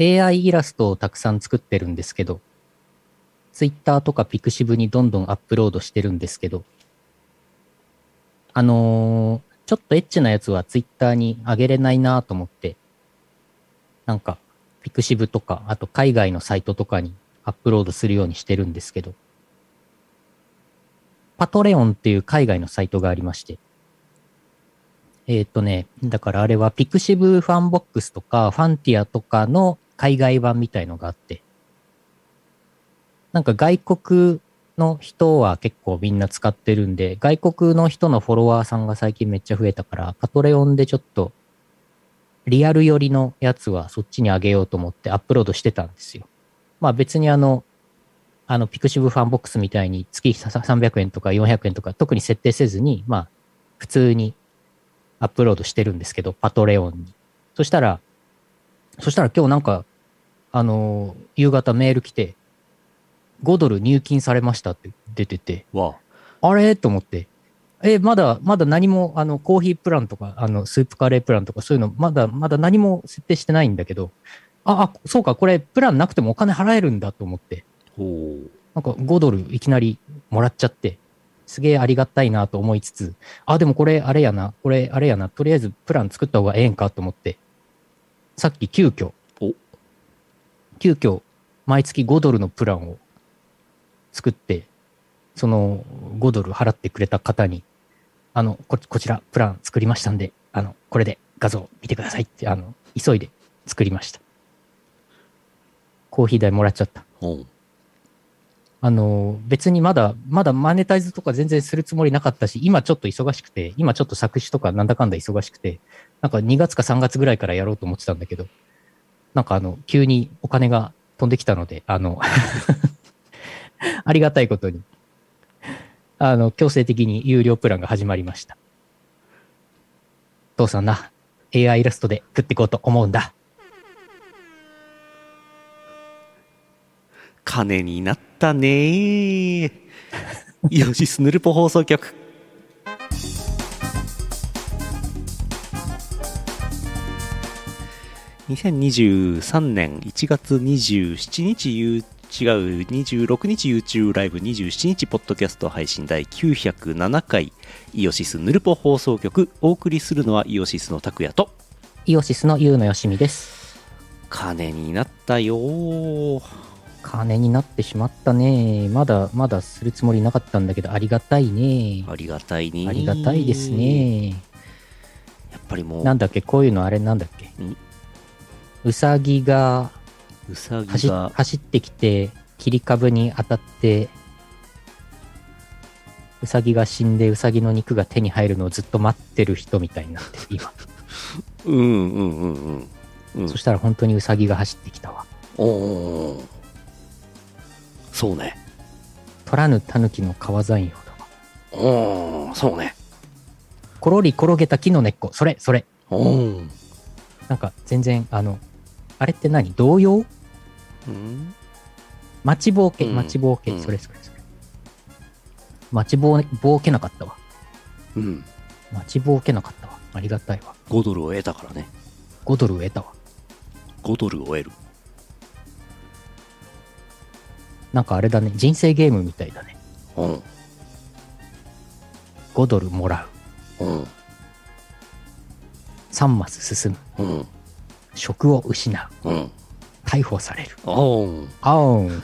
AI イラストをたくさん作ってるんですけど、Twitter とか Pixiv にどんどんアップロードしてるんですけど、あのーちょっとエッチなやつは Twitter に上げれないなと思って、なんか、Pixiv とか、あと海外のサイトとかにアップロードするようにしてるんですけど、パトレオンっていう海外のサイトがありまして、えーっ、とね、だからあれは Pixiv ファンボックスとかファンティアとかの海外版みたいのがあって、なんか外国の人は結構みんな使ってるんで、外国の人のフォロワーさんが最近めっちゃ増えたから、パトレオンでちょっとリアル寄りのやつはそっちにあげようと思ってアップロードしてたんですよ。まあ別にあの、あの、ピクシブファンボックスみたいに月300円とか400円とか特に設定せずに、まあ普通にアップロードしてるんですけど、パトレオンに。そしたら、そしたら今日なんか、あのー夕方メール来て、5ドル入金されましたって出てて、わあれと思って。え、まだ、まだ何も、あの、コーヒープランとか、あの、スープカレープランとか、そういうの、まだ、まだ何も設定してないんだけど、あ、あ、そうか、これ、プランなくてもお金払えるんだと思って、おおなんか5ドルいきなりもらっちゃって、すげえありがたいなと思いつつ、あ、でもこれ、あれやな、これ、あれやな、とりあえずプラン作った方がええんかと思って、さっき急遽お、急遽、毎月5ドルのプランを作って、その5ドル払ってくれた方に、あの、こ、こちら、プラン作りましたんで、あの、これで画像見てくださいって、あの、急いで作りました。コーヒー代もらっちゃった。おあの、別にまだ、まだマネタイズとか全然するつもりなかったし、今ちょっと忙しくて、今ちょっと作詞とかなんだかんだ忙しくて、なんか2月か3月ぐらいからやろうと思ってたんだけど、なんかあの、急にお金が飛んできたので、あの、 ありがたいことに、あの、強制的に有料プランが始まりました。父さんな、AI イラストで食っていこうと思うんだ。金になったね ーよしスヌルポ放送局2023年1月27日ゆう違う26日 YouTube ライブ27日ポッドキャスト配信第907回イオシスヌルポ放送局お送りするのはイオシスの拓也とイオシスのゆうのよしみです。金になったよー金になってしまったね。まだまだするつもりなかったんだけど、ありがたいね。ありがたいねーありがたいですね。やっぱりもうなんだっけ、こういうのあれなんだっけん。うさぎがうさぎ走が走ってきて、切り株に当たって、うさぎが死んで、うさぎの肉が手に入るのをずっと待ってる人みたいになってる、今。うんうんうんうんうんそしたら本当にうさぎが走ってきたわ。おおそうね取らぬ狸の川山用だわ。おおそうねころり転げた木の根っこ、それ、それ。おおなんか全然、あの、あれって何童謡うん待ちぼうけ、うん待ちぼうけ、うんそれそれそれ。待ちぼうぼうけなかったわ。うん待ちぼうけなかったわ。ありがたいわ。 5ドルを得たからね5ドルを得たわ。 5ドルを得るなんかあれだね、人生ゲームみたいだね。うん5ドルもらう。うん3マス進む。うん職を失う。うん逮捕される。おおあおん。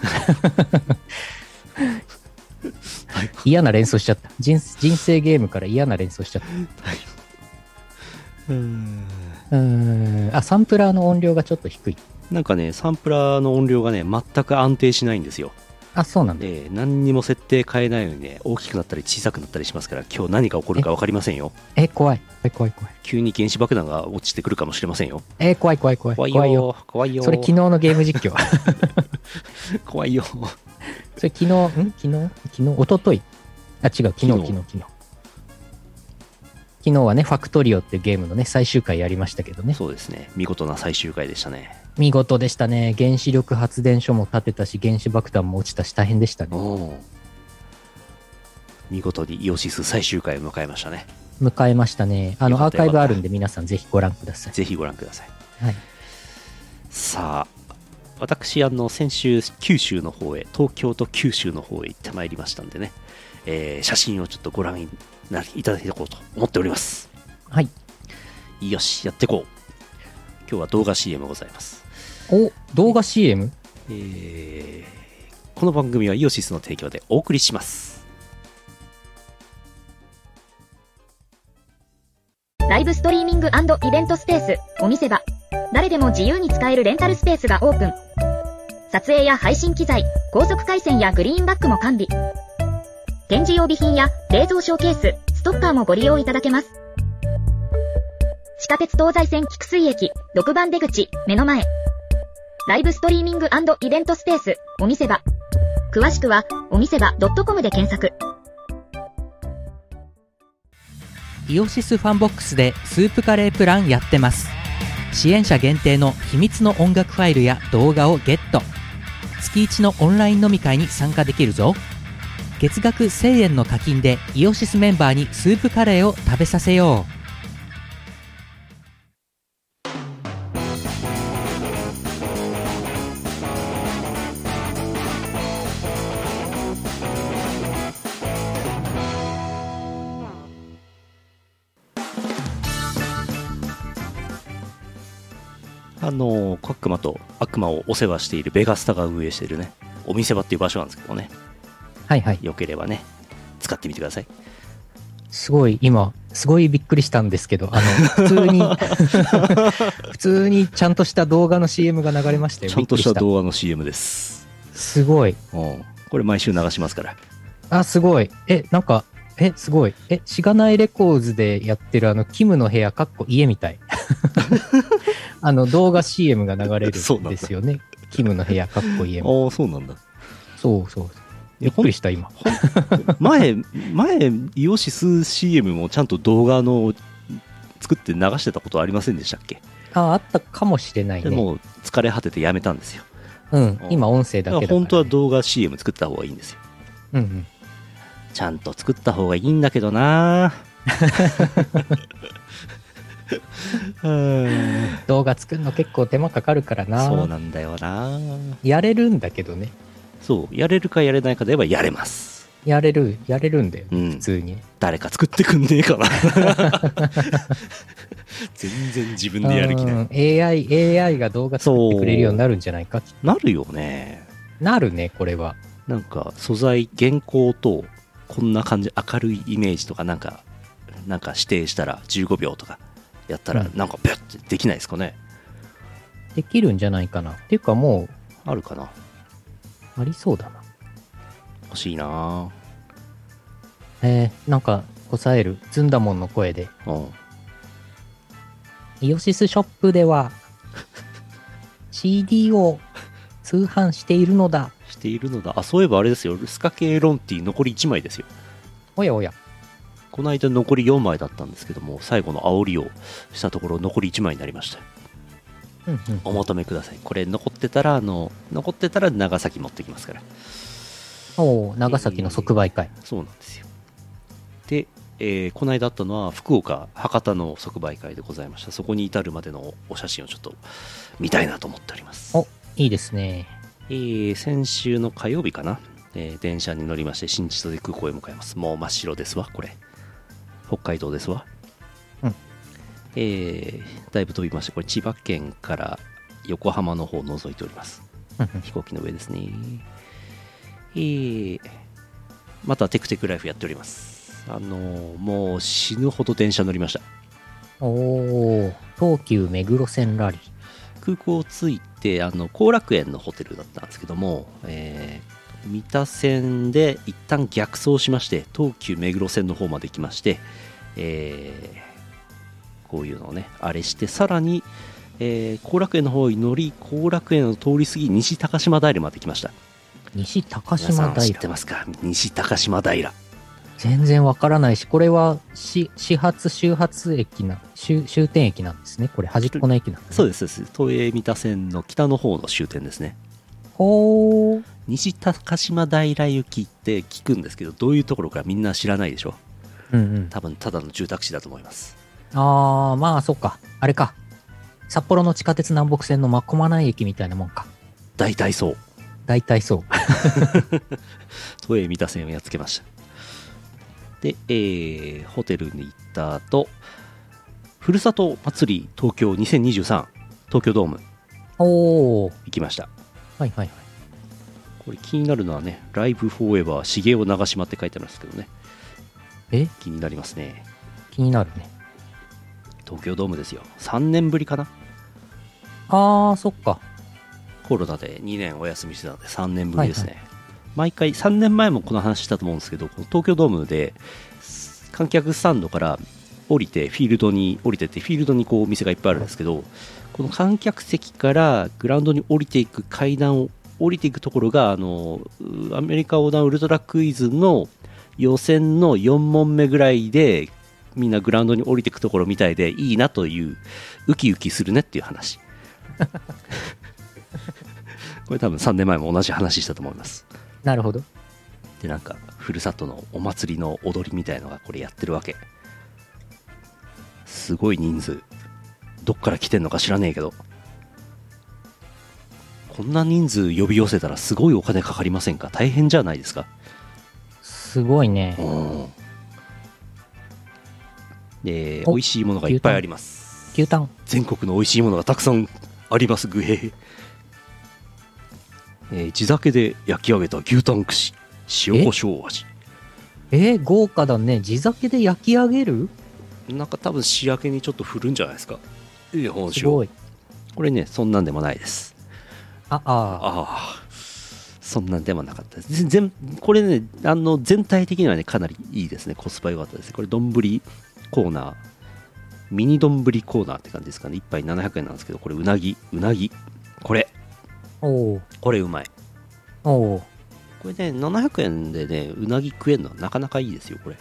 嫌な連想しちゃった人。人生ゲームから嫌な連想しちゃった。うんうーん。あ、サンプラーの音量がちょっと低い。なんかねサンプラーの音量がね全く安定しないんですよあ、そうなんだ。で何にも設定変えないのにね大きくなったり小さくなったりしますから今日何が起こるか分かりませんよえ、怖い。え、怖い怖い。急に原子爆弾が落ちてくるかもしれませんよえ、怖い怖い怖い。怖いよ怖いよ怖いよそれ昨日のゲーム実況。 怖い よそれ昨日、ん昨日昨日一昨日あ、違う、昨日、昨昨日、日昨日。昨日はね、ファクトリオってゲームのね、最終回やりましたけどね。そうですね見事な最終回でしたね見事でしたね。原子力発電所も建てたし、原子爆弾も落ちたし、大変でしたね。お見事にイオシス最終回を迎えましたね迎えましたね。あの、よかっアーたよカかイブあったるんで、皆さんぜひご覧ください。ぜひご覧くださいはい。さあ私あの先週九州の方へ東京と九州の方へ行ってまいりましたんでね、えー写真をちょっとご覧いただこうと思っておりますはい。よしやっていこう今日は動画 CM ございますお、動画 CM? えーこの番組はイオシスの提供でお送りしますライブストリーミングイベントスペース、お店場。誰でも自由に使えるレンタルスペースがオープン。撮影や配信機材、高速回線やグリーンバックも完備。展示用備品や冷蔵ショーケース、ストッカーもご利用いただけます。地下鉄東西線菊水駅、6番出口、目の前。ライブストリーミングイベントスペース、お店場。詳しくは、お店場 .com で検索。イオシスファンボックスでスープカレープランやってます支援者限定の秘密の音楽ファイルや動画をゲット月1のオンライン飲み会に参加できるぞ月額1000円の課金でイオシスメンバーにスープカレーを食べさせよあのー、悪魔と悪魔をお世話しているベガスタが運営しているねお店場っていう場所なんですけどねうはいはいよければね使ってみてくださいすごい今すごいびっくりしたんですけどあの普通 に普通にちゃんとした動画の CM が流れましたよちゃんとしびたっくり動画の CM です、したすごいうん、これ毎週流しますからあ、すごい。え、なんか、え、すごい。え、しがないレコーズでやってるあの、キムの部屋、かっこ家みた い。あの、動画 CM が流れるんそうなんだですよね。キムの部屋、かっこ家みたい。ああそうなんだそうそう。びっくりした、今。前 前イオシス CM もちゃんと動画の作って流してたことありませんでしたっけあ、あったかもしれないでね。もう疲れ果ててやめたんですようん。今、音声だけだから、ね。本当は動画 CM 作った方がいいんですようんうん。ちゃんと作った方がいいんだけどなうーん動画作るの結構手間かかるからな。 そうなんだよなやれるんだけどね。そうやれるかやれないかで言えばやれますやれる、やれるんだよ、ねうん普通に。誰か作ってくんねえか な全然自分でやる気ないい。AI、AI が動画作ってくれるようになるんじゃないか。なるよねなるね、これは。なんか素材原稿とこんな感じ明るいイメージとかなんかなんか指定したら15秒とかやったらうんなんかピュッてできないですかね、できるんじゃないかな。っていうかもあるかなう、ありそうだな。欲しいなえー、なんか、抑える、ずんだもんの声で、うんイオシスショップで は、CD を通販しているのだ。しているのだあそういえばあれですよスカ系ロンティ残り1枚ですよおやおや。この間残り4枚だったんですけども最後の煽りをしたところ残り1枚になりましたようんうん。お求めくださいこれ残ってたらあの残ってたら長崎持ってきますからおー長崎の即売会。そうなんですよで、えーこの間あったのは福岡博多の即売会でございましたそこに至るまでのお写真をちょっと見たいなと思っておりますおいいですね。えー先週の火曜日かな、えー電車に乗りまして新千歳空港へ向かいますもう真っ白ですわこれ北海道ですわうんえーだいぶ飛びましてこれ千葉県から横浜の方を覗いておりますうんうん飛行機の上ですねえーまたテクテクライフやっておりますあのーもう死ぬほど電車乗りましたおー東急目黒線ラリー。空港を着いてあの後楽園のホテルだったんですけども、えー三田線で一旦逆走しまして東急目黒線の方まで行きまして、えーこういうのをねあれしてさらに後、えー後楽園の方に乗り後楽園を通り過ぎ西高島平まで来ました西高皆さ島ん知って平。ますか西高島平全然わからないし、これは、し、始発、終発駅な、終、終点駅なんですね。これ、端っこの駅なんです、そうね。ですそうです東映三田線の北の方の終点ですねほー。西高島平行きって聞くんですけどどういうところかみんな知らないでしょうんうん。多分ただの住宅地だと思いますああ、まあ、そっか。あれか。札幌の地下鉄南北線の真駒内駅みたいなもんか。大体そう大体そう。都営三田線をやっつけましたで、えーホテルに行った後ふるさと祭り東京2023東京ドームおお行きましたはいはいはい。これ気になるのはね「ライブフォーエバー重雄長島」って書いてあるんですけどねえ気になりますね気になるね。東京ドームですよ3年ぶりかなあー、そっか。コロナで2年お休みしてたので3年ぶりですね、毎回3年前もこの話したと思うんですけどこの東京ドームです観客スタンドから降りてフィールドに降りてってフィールドにこうお店がいっぱいあるんですけどこの観客席からグラウンドに降りていく階段を降りていくところがあのうアメリカ横断ウルトラクイズの予選の4問目ぐらいでみんなグラウンドに降りていくところみたいでいいなというウキウキするねっていう話これ多分3年前も同じ話したと思いますなるほど。でなんかふるさとのお祭りの踊りみたいのがこれやってるわけすごい人数どっから来てんのか知らねえけどこんな人数呼び寄せたらすごいお金かかりませんか大変じゃないですかすごいね。うんでお美味しいものがいっぱいあります牛タン。全国の美味しいものがたくさんありますグヘヘ、えー地酒で焼き上げた牛タン串塩えコショウ味えー、豪華だね。地酒で焼き上げるなんか多分仕上げにちょっと振るんじゃないですかいい本すご性い。これねそんなんでもないですあ、あああそんなんでもなかったですぜ全これねあの全体的にはねかなりいいですねコスパ良かったですこれ丼コーナーミニ丼コーナーって感じですかね1杯700円なんですけどこれうなぎうなぎこれー。おーこれうまいおーこれね700円でねうなぎ食えるのはなかなかいいですよこれ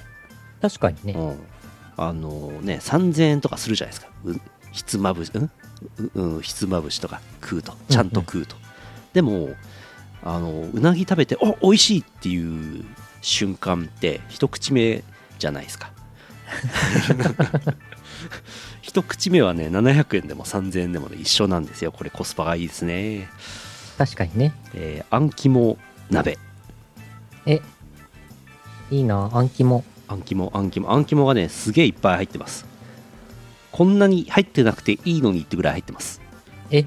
確かにね。うんあのね3000円とかするじゃないですかうひつまぶし、うんううん、ひつまぶしとか食うとちゃんと食うと、でもあのうなぎ食べてお美味しいっていう瞬間って一口目じゃないですか 一口目はね700円でも3000円でも、ね、一緒なんですよこれコスパがいいですね、確かにね。えー、あん肝鍋え、いいな。あん肝。あん肝あん肝あん肝がねすげえいっぱい入ってますこんなに入ってなくていいのにってぐらい入ってますえ、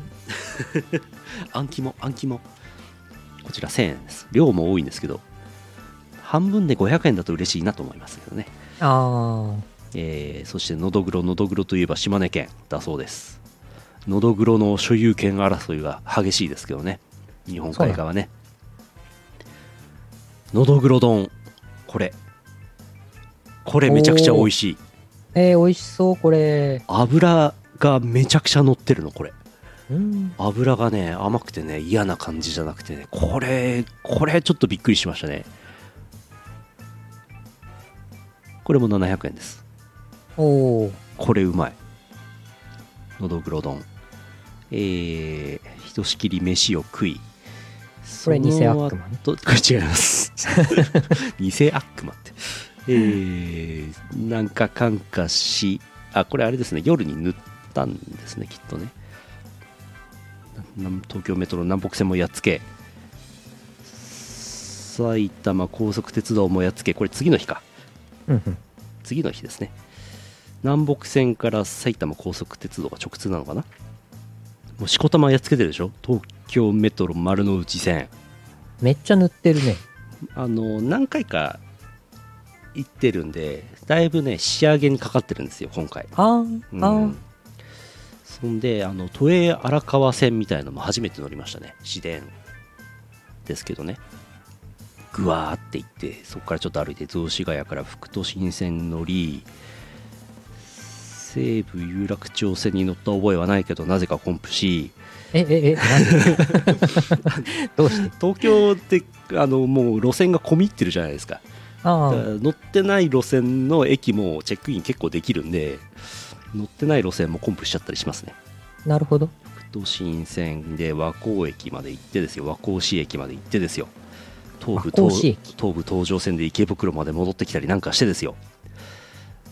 あん肝あん肝こちら1000円です量も多いんですけど半分で500円だと嬉しいなと思いますけどね、あえーそしてのどぐろのどぐろといえば島根県だそうですのどぐろの所有権争いが激しいですけどね日本海側ねのどぐろ丼これこれめちゃくちゃ美味しいー。えー、美味しそう、これ。油がめちゃくちゃ乗ってるのこれうん。油がね甘くてね嫌な感じじゃなくてねこれこれちょっとびっくりしましたねこれも700円ですおーこれうまいのどぐろ丼えー、ひとしきり飯を食いこれ偽悪魔ね。とこれ違います偽悪魔ってえー、なんか感化しあこれあれですね夜に塗ったんですねきっとねなな東京メトロ南北線もやっつけ埼玉高速鉄道もやっつけこれ次の日かうんうん。次の日ですね南北線から埼玉高速鉄道が直通なのかなもうしこたまやっつけてるでしょ東京メトロ丸の内線めっちゃ塗ってるね。あの何回か行ってるんでだいぶね仕上げにかかってるんですよ今回、あー、あうんー。、そんであの都営荒川線みたいのも初めて乗りましたね市電ですけどねぐわーって行ってそこからちょっと歩いて雑司ヶ谷から副都心線乗り西武有楽町線に乗った覚えはないけどなぜか混布しえ、え、え、何 どうして東京ってあのもう路線が混み入ってるじゃないですかあだかあ、ら乗ってない路線の駅もチェックイン結構できるんで乗ってない路線もコンプしちゃったりしますねなるほど。副都心線で和光駅まで行ってですよ和光市駅まで行ってですよ東武和光市東駅東武東上線で池袋まで戻ってきたりなんかしてですよ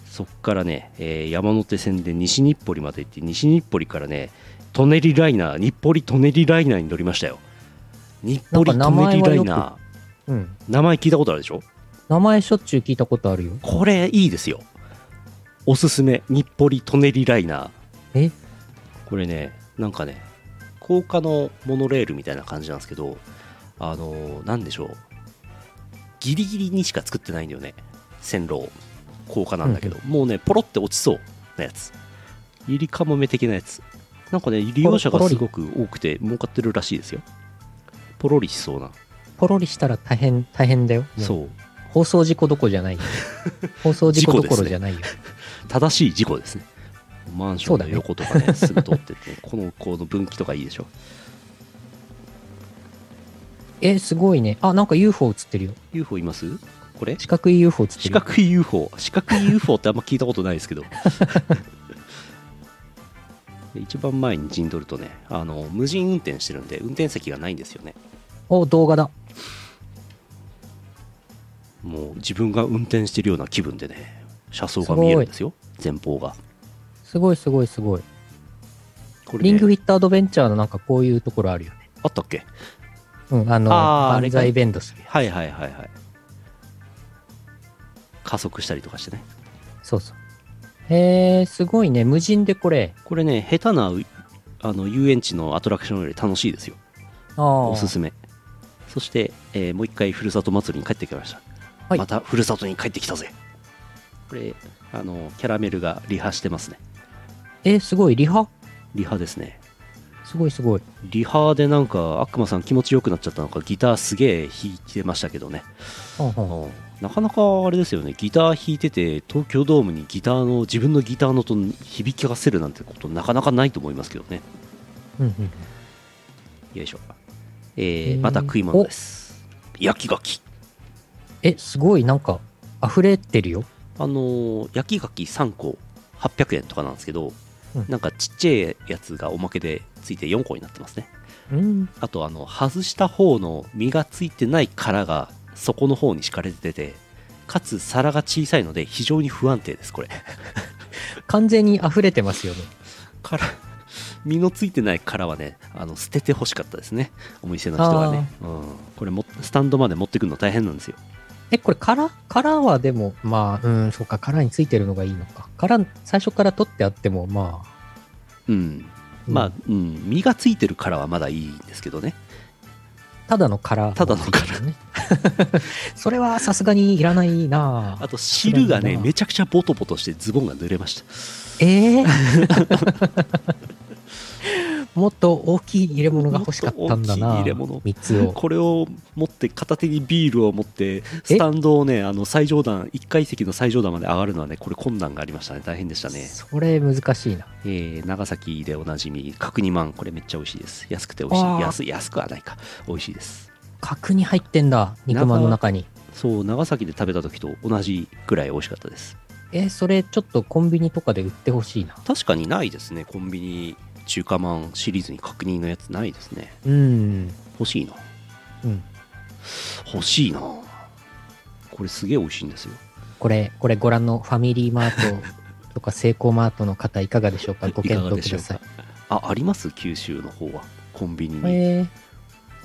そっからね、えー山手線で西日暮里まで行って西日暮里からね舎人ライナー日暮里舎人ライナーに乗りましたよ日暮里・舎人ラなイんか名前はナーうん。名前聞いたことあるでしょ名前しょっちゅう聞いたことあるよ。これいいですよおすすめ日暮里・舎人ライナーえこれねなんかね高架のモノレールみたいな感じなんですけどあのーなんでしょうギリギリにしか作ってないんだよね線路を高架なんだけど、もうねポロって落ちそうなやつゆりかもめ的なやつなんかね利用者がすごく多くて儲かってるらしいですよポロリしそうな、ポロリしたら大変、大変だよ。もうそう放送事故どころじゃ ないよ。放送事故どころじゃないよ。正しい事故ですねマンションの横とかねすぐ通って って、ね、このこの分岐とかいいでしょえ、すごいね。あ、なんか UFO 映ってるよ。 UFO いますこれ四角い UFO 映って四るよ。角い UFO 四角い UFO ってあんま聞いたことないですけど で一番前に陣取るとねあの無人運転してるんで運転席がないんですよねお、動画だ。もう自分が運転してるような気分でね車窓が見えるんですよ前方がすごいすごいすごい。これ、ね、リングフィットアドベンチャーのなんかこういうところあるよね。あったっけうん、あの、あーあ万れか歳ベンドする。はいはいはいはい加速したりとかしてねそうそう。へえ、すごいね。無人でこれ。これね下手なうあの遊園地のアトラクションより楽しいですよああ。おすすめそして、えーもう一回ふるさと祭りに帰ってきました、はいまたふるさとに帰ってきたぜこれあのキャラメルがリハしてますねえ、すごい。リハリハですねすごいすごい。リハでなんか悪魔さん気持ちよくなっちゃったのかギターすげえ弾いてましたけどねほんほんうんなかなかあれですよねギター弾いてて東京ドームにギターの自分のギターの音響きがせるなんてことなかなかないと思いますけどねうんうんうん。よいしょ。えうー、んまた食い物です。焼きガキ。え、すごい。なんか、溢れてるよ。あのー焼きガキ3個800円とかなんですけど、うんなんかちっちゃいやつがおまけでついて4個になってますね。うん。あと、あの、外した方の身がついてない殻が底の方に敷かれてて、かつ皿が小さいので非常に不安定です、これ。完全に溢れてますよね。殻、 身のついてない殻はね、あの捨ててほしかったですね。お店の人がね。うん、これも、スタンドまで持ってくるの大変なんですよ。え、これ殻殻はでも、まあ、うん、そうか、殻についてるのがいいのか。殻、最初から取ってあっても、まあ。うん。うんまあ、うん、身がついてるからはまだいいんですけどね。ただの殻、ただの殻ね。 それはさすがにいらないなあと、汁そがうね、なんだめちゃくちゃボトボトしてズボンが濡れました。え えもっと大きい入れ物が欲しかったんだもっと大きいな入れ物三つを。これを持って、片手にビールを持って、スタンドをね、あの、最上段、1階席の最上段まで上がるのはね、これ困難がありましたね。大変でしたね。それ難しいな。えー、長崎でおなじみ、角煮まん。これめっちゃ美味しいです。安くて美味しいあー。安安くはないか。美味しいです。角に入ってんだ、肉まんの中に。そう、長崎で食べた時と同じぐらい美味しかったです。え、それちょっとコンビニとかで売ってほしいな。確かにないですねコンビニ中華まんシリーズに確認のやつないですねうん。欲しいなうん。欲しいなこれすげえ美味しいんですよこれ、これご覧のファミリーマートとかセイコーマートの方いかがでしょうかご検討くださいい。ああります九州の方はコンビニにえー、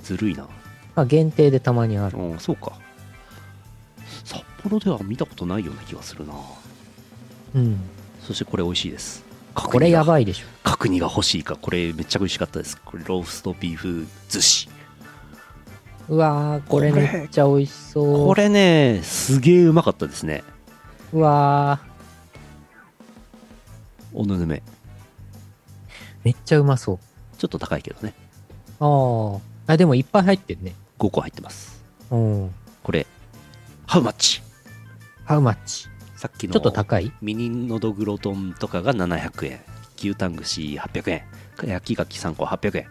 ずるいなまあ限定でたまにある。うんそうか札幌では見たことないような気がするなうん。そしてこれ美味しいですこれやいばいでしょ。角煮が欲しいかこれめっちゃ美味しかったですこれローストビーフ寿司うわー、これこれめっちゃ美味しそう。これねすげえうまかったですねうわー、おぬぬめめっちゃうまそう。ちょっと高いけどねあー。あ、でもいっぱい入ってんね。 5個入ってますうん。これハウマッチハウマッチ。さっきのちょっと高いミニのどぐろ丼とかが700円牛タン串800円焼き牡蠣3個800円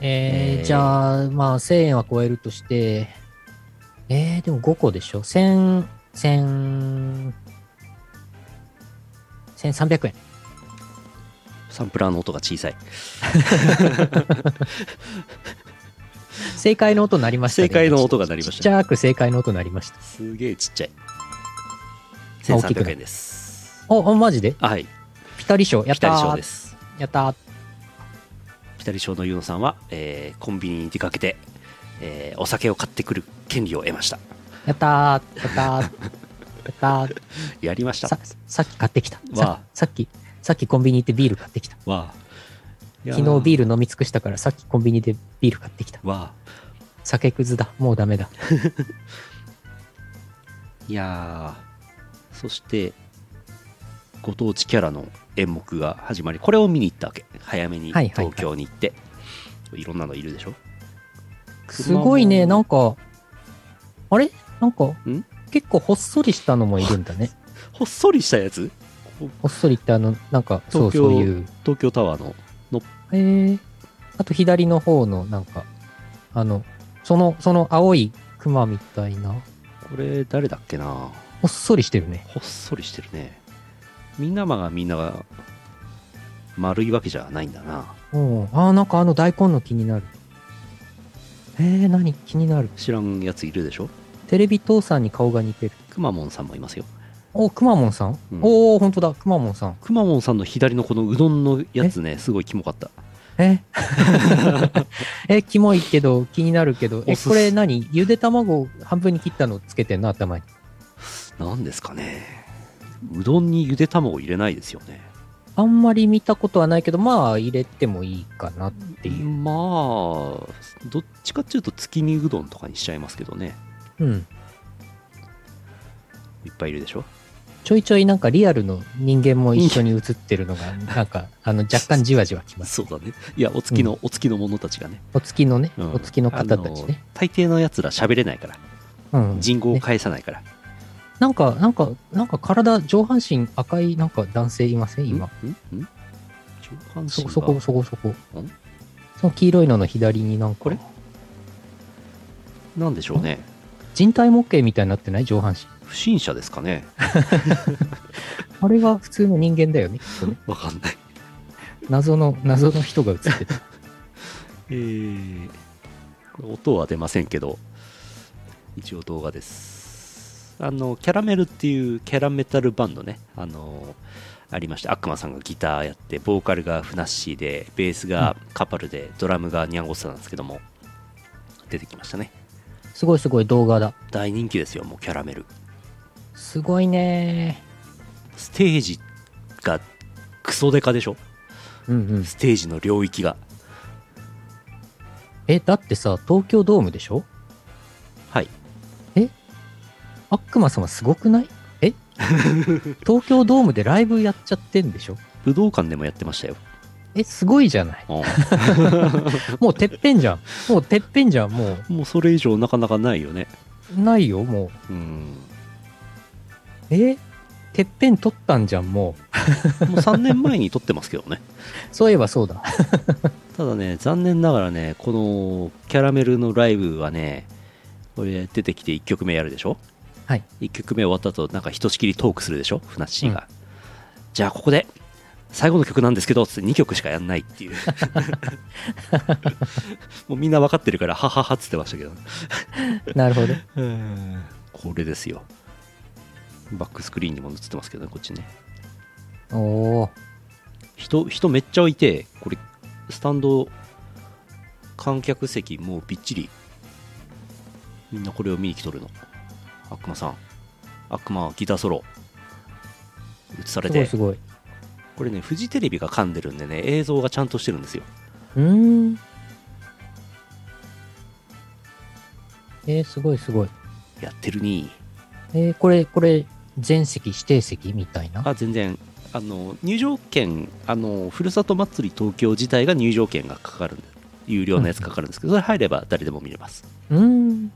えーえーじゃあ、まあ、1000円は超えるとして、えー、でも5個でしょ ?1000、1000、1300円。サンプラーの音が小さい正解の音鳴りましたね。正解の音が鳴りまちしっちたゃく正解の音鳴りました。すげえちっちゃいあ大きくな1300い円ですお、おマジであはいピタリ賞やピったタリ賞ーですやったーピ左小のゆうのさんは、えーコンビニに出かけて、えーお酒を買ってくる権利を得ましたやったー、やったー、やったー。やりましたささっき買ってきたわあさ。さっき、さっきコンビニ行ってビール買ってきた。わあ昨日ビールール飲み尽くしたからさっきコンビニでビール買ってきた。わあ酒くずだ。もうダメだ。いやーそしてご当地キャラの演目が始まりこれを見に行ったわけ早めにはいはいはい東京に行って、いろんなのいるでしょすごいね、熊なもんか、あれなんかん、結構ほっそりしたのもいるんだね。 ほっそりしたやつほっそりってあの、なんか、そう東京そういう。東京タワーのえー、あと左の方の、なんか、あの、その、その青い熊みたいな、これ誰だっけなほっそりしてるね。ほっそりしてるねみんなまがみんなが丸いわけじゃないんだなうん。あーなんかあの大根の気になる。えー、何気になる。知らんやついるでしょテレビ父さんに顔が似てる。くまモンさんもいますよお、くまモンさん、うんおお、ほんとだ、くまモンさん。くまモンさんの左のこのうどんのやつねすごいキモかったえ え、キモいけど、気になるけど、おえ、すすこれ何ゆで卵を半分に切ったのつけてんの頭に。何ですかねうどんにゆで卵入れないですよねあんまり見たことはないけど、まあ、入れてもいいかなっていう。まあどっちかっていうと月見うどんとかにしちゃいますけどねうん。いっぱいいるでしょちょいちょいなんかリアルの人間も一緒に映ってるの が、なんか、あの、若干じわじわきます。そうだねいやお月の、お月の者たちがね、お月のね、うんお月の方たちね。あの大抵のやつら喋れないからうん。人口をね返さないから、なんか、なんか、なんか体、上半身赤い、なんか男性いません今。んんん上半身そ、がそこ、そこ、そこん。その黄色いのの左になんか、これなんでしょうね人体模型みたいになってない上半身。不審者ですかねあれは普通の人間だよね、きっとね。わかんない謎の、謎の人が映って た。えー音は出ませんけど一応動画ですあのキャラメルっていうキャラメタルバンドねあのありました悪魔さんがギターやってボーカルがフナッシーでベースがカパルで、ドラムがニャンゴスタなんですけども出てきましたねすごいすごい動画だ。大人気ですよもうキャラメルすごいねステージがクソデカでしょー。うんうん。ステージの領域がえ、だってさ、東京ドームでしょはい悪魔様すごくない え東京ドームでライブやっちゃってんでしょ武道館でもやってました よ、え、すごいじゃない。うんもうてっぺんじゃん。もうてっぺんじゃん。ももうそれ以上なかなかないよね。う、ないよ、もう。うん。えてっぺん取ったんじゃん、もう。もう3年前に撮ってますけどね。そういえばそう だ。 ただね、残念ながらね、このキャラメルのライブはね、これ出てきて1曲目やるでしょはい。 1曲目終わった後、なんかひとしきりトークするでしょふなっしーが。じゃあここで、最後の曲なんですけど、つって2曲しかやんな いっていう。もうみんな分かってるから、はははっつってましたけど。なるほど。これですよ。バックスクリーンにも映ってますけどね、こっちね。おお。人人めっちゃいてこれスタンド観客席もうびっちりみんなこれを見に来とるの悪魔さん悪魔ギターソロ映されすごいてすごい。これねフジテレビが噛んでるんでね映像がちゃんとしてるんですようーん。えー、すごいすごい。やってるにえー、これ、これ、全席指定席みたいな。あ全然あの入場券あのふるさと祭り東京自体が入場券がかかるんで有料のやつかかるんですけどそれ入れば誰でも見れますうーん。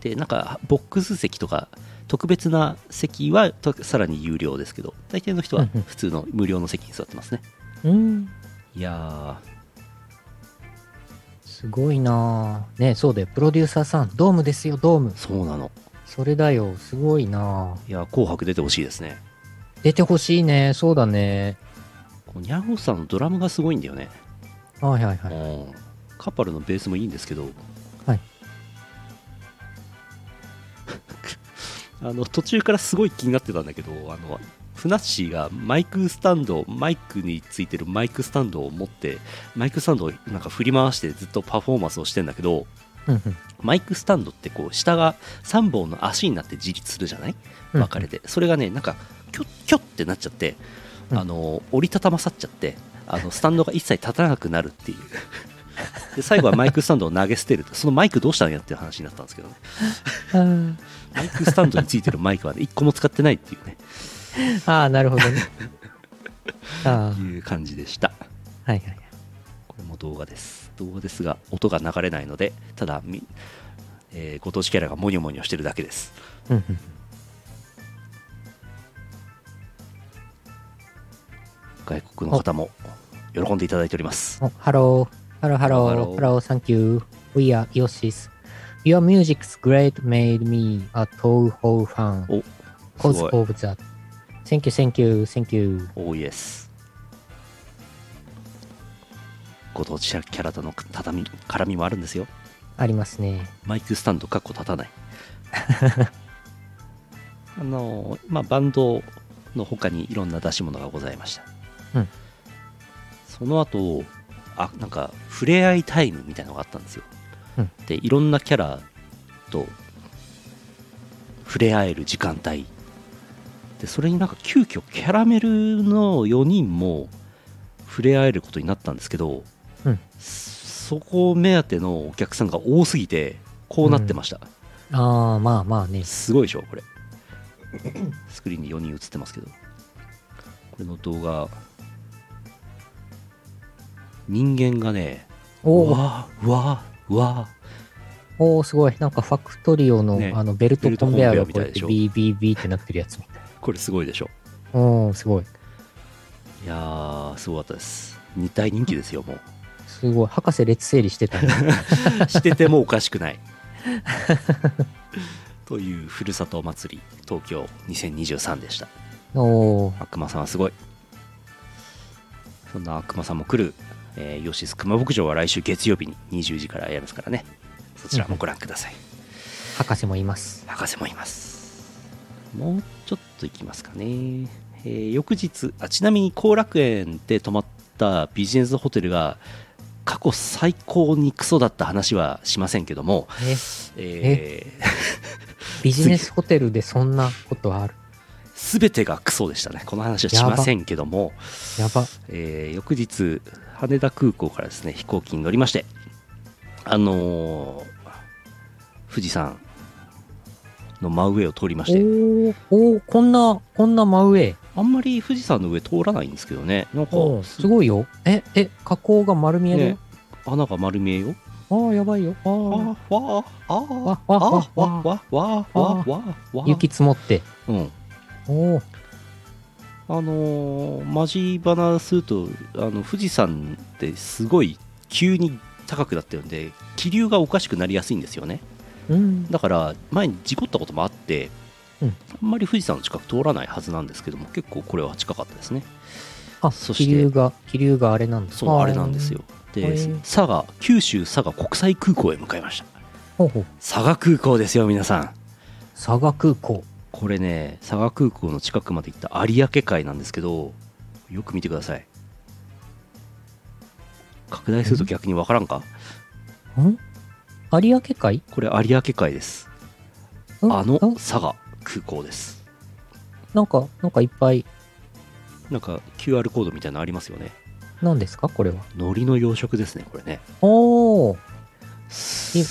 でなんかボックス席とか特別な席はとさらに有料ですけど大抵の人はうんうん普通の無料の席に座ってますねうーん。いやすごいなぁ。ねそうだよ。プロデューサーさん、ドームですよ、ドームー。そうなのそれだよ。すごいないやー紅白出てほしいですぁ。ね出てほしいね。そうだね。このニャンゴさんのドラムがすごいんだよね、はいはいはい。うんカッパルのベースもいいんですけどはい あの途中からすごい気になってたんだけどあのフナッシーがマイクスタンドマイクについてるマイクスタンドを持ってマイクスタンドをなんか振り回してずっとパフォーマンスをしてんだけどうんうんマイクスタンドってこう下が3本の足になって自立するじゃないうん分かれて、それがねなんかキョッキョッってなっちゃって、うんあの折りたたまさっちゃってあのスタンドが一切立たなくなるっていう で最後はマイクスタンドを投げ捨てるとそのマイクどうしたんやっていう話になったんですけどねうんマイクスタンドについてるマイクはね1個も使ってないっていうねああ、なるほど ね。あいう感じでしたあ、はいはい。これも動画です動画ですが音が流れないのでただみ、えーご当地キャラがモニョモニョしてるだけですうんうん外国の方も喜んでいただいておりますお hello, hello, hello, Hello, hello. hello, thank you. We are Yoshis. Your music's great made me a Toho fan おす cause ごい of that. Thank you, thank you, thank you. おーイエスご当地キャラとの畳み絡みもあるんですよありますね。マイクスタンドかっこ立たないあのーまあバンドの他にいろんな出し物がございました、うんその後あなんか触れ合いタイムみたいなのがあったんですよ、うんでいろんなキャラと触れ合える時間帯でそれになんか急遽キャラメルの4人も触れ合えることになったんですけど、うんそこ目当てのお客さんが多すぎてこうなってました、ああ、まあまあね。すごいでしょこれスクリーンに4人映ってますけどこれの動画人間がねおーわーわーわおー、すごい。なんかファクトリオの,、ねあのベルトベルトコンベアがコこンベうアみやってたいでしょビービービーってなってるやつみたいーこれすごいでしょな。おー、すごい。いやーすごかったですに大人気ですよもうすごい。博士列整理してたね。 しててもおかしくないというふるさと祭り東京2023でしたおー、悪魔さんはすごいそんな悪魔さんも来る、えー、ヨシス熊牧場は来週月曜日に20時からやりますからねそちらもご覧ください、博士もいます。博士もいますもうちょっと行きますかね、えー翌日あちなみに後楽園で泊まったビジネスホテルが過去最高にクソだった話はしませんけども、ね、えービジネスホテルでそんなことある。 全てがクソでしたねこの話はしませんけどもやば。えー翌日羽田空港からですね飛行機に乗りましてあのー富士山の真上を通りましておーおーこんなこんな真上あんまり富士山の上通らないんですけどねなんかおーすごいよええ加工が丸見えだよ、ね花が丸見えよああやばいよああーわあわわあわあわわあわわわわわ雪積もってうんおーあのーマジバナするとあの富士山ってすごい急に高くなってるんで気流がおかしくなりやすいんですよねうんだから前に事故ったこともあって、うんあんまり富士山の近く通らないはずなんですけども結構これは近かったですねあそして気流が気流があれなんだそうあれなんですよへでー佐賀九州佐賀国際空港へ向かいましたほうほう佐賀空港ですよ皆さん佐賀空港これね佐賀空港の近くまで行った有明海なんですけどよく見てください拡大すると逆に分からんかん有明海これ有明海ですんあのん佐賀空港ですなんかなんかいっぱいなんか QR コードみたいなのありますよねなんですかこれは海苔の養殖ですねこれねおお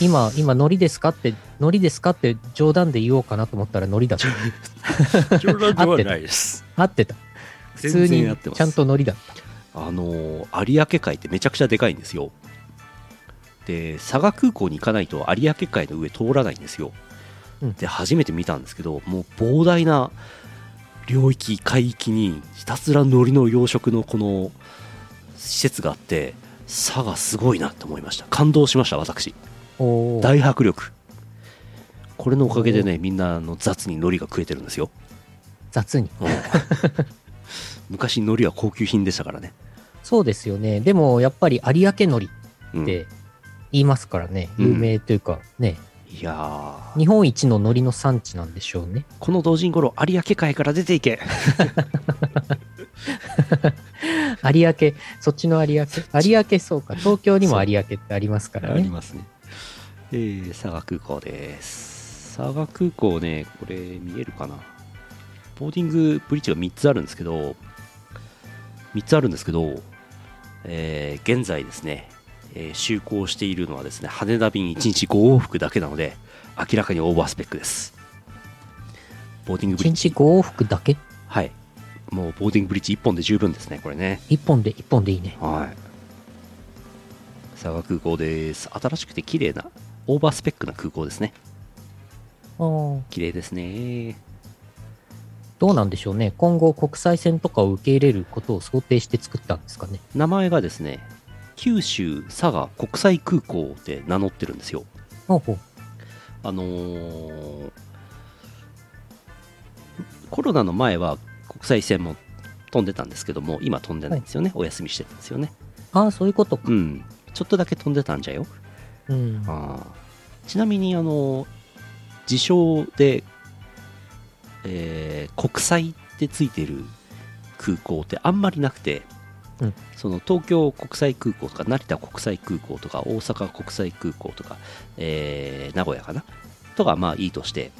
今今海苔ですかって海苔ですかって冗談で言おうかなと思ったら海苔 だった冗談ではないです合ってた普通に全然合ってますちゃんと海苔だったあのー有明海ってめちゃくちゃでかいんですよで佐賀空港に行かないと有明海の上通らないんですよ、うんで初めて見たんですけどもう膨大な領域海域にひたすら海苔の養殖のこの施設があって佐賀すごいなと思いました感動しました私おお大迫力これのおかげでねみんなあの雑に海苔が食えてるんですよ雑にうん昔海苔は高級品でしたからね、そうですよね。でもやっぱり有明海苔っうんて言いますからね。うん有名というかね、有いやー日本一の海苔の産地なんでしょうね。この同人頃有明海から出ていけ有明、そっちの有明。有明、そうか。東京にも有明ってありますからありね。ますね、 えー佐賀空港です佐賀空港ねこれ見えるかなボーディングブリッジが3つあるんですけど3つあるんですけど、えー現在ですね、えー就航しているのはですね羽田便1日5往復だけなので明らかにオーバースペックですボーディングブ1リッジ日5往復だけはいもうボーディングブリッジ1本で十分ですねこれね ?1 本で、1本でいいね。はい。佐賀空港です。新しくて綺麗な、オーバースペックな空港ですね。あー綺麗ですね。どうなんでしょうね。今後、国際線とかを受け入れることを想定して作ったんですかね。名前がですね、九州佐賀国際空港で名乗ってるんですよ。ほうほうあのーコロナの前は国際線も飛んでたんですけども、今飛んでないんですよね。お休みしてるんですよね。ああ、そういうことか。うん。ちょっとだけ飛んでたんじゃよ。うん。あーちなみにあの自称で、えー国際ってついてる空港ってあんまりなくて、うんその東京国際空港とか成田国際空港とか大阪国際空港とか、えー名古屋かなとかまあいいとして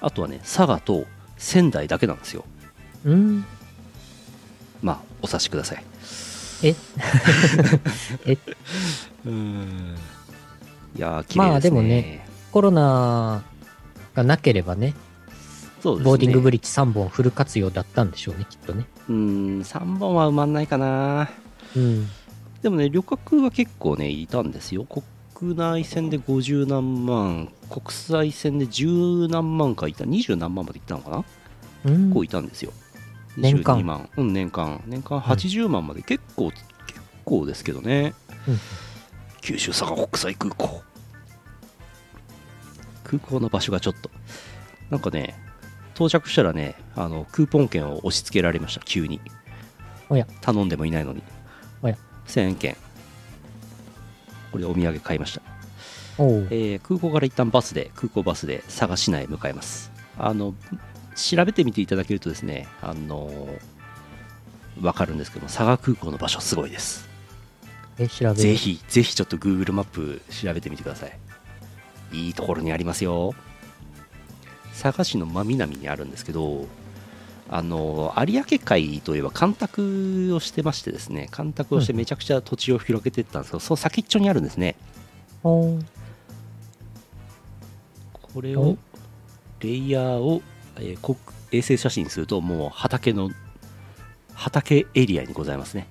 あとはね佐賀と仙台だけなんですようん。まあお察しください ええいやー綺ま麗あですね,、でもねコロナがなければね、そうですねボーディングブリッジ3本フル活用だったんでしょうね、きっとね。うーん3本は埋まんないかなうん。でもね旅客は結構ねいたんですよ国内線で50何万国際線で10何万かいた20何万までいったのかな、うん結構いたんですよ年間22万うん年間年間80万まで、結構結構ですけどね、うん九州佐賀国際空港空港の場所がちょっとなんかね到着したらねあのクーポン券を押し付けられました急におや頼んでもいないのにおや1000円券これでお土産買いましたおうえー空港から一旦バスで空港バスで佐賀市内へ向かいますあの調べてみていただけるとですねあのわかるんですけども佐賀空港の場所すごいですえ、調べるぜ。ひぜひちょっと Google マップ調べてみてくださいいいところにありますよ佐賀市の真南にあるんですけどあの有明海といえば干拓をしてましてですね干拓をしてめちゃくちゃ土地を広げていったんですけど、その先っちょにあるんですねおうこれはをいレイヤーを、えーこ衛星写真にするともう畑の畑エリアにございますね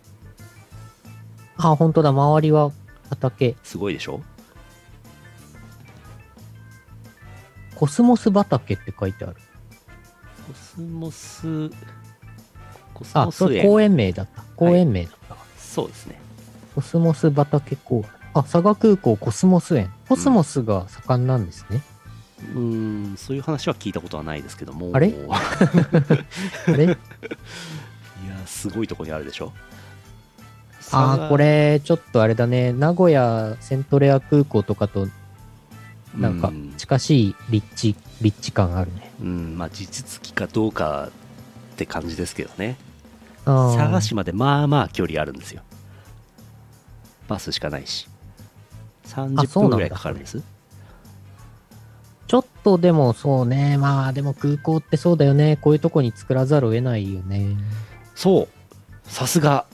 あ、本当だ、周りは畑。すごいでしょコスモス畑って書いてある。コスモスコスあ、モそスれ園公園名だった。公園名だったわ、そうですねコスモス畑公園。あ、佐賀空港コスモス園。コスモスが盛んなんです ね。うーんそういう話は聞いたことはないですけどもあれいやあれすごいとこにあるでしょあーこれ、ちょっとあれだね。名古屋セントレア空港とかとなんかうー近しい立地、立地感あるね。うんまあ実つきかどうかって感じですけどねあー佐賀市までまあまあ距離あるんですよバスしかないしあ30そう分なんだぐらいかかるんですちょっとでもそうね。まあでも空港ってそうだよね。こういうとこに作らざるを得ないよね。そうさすが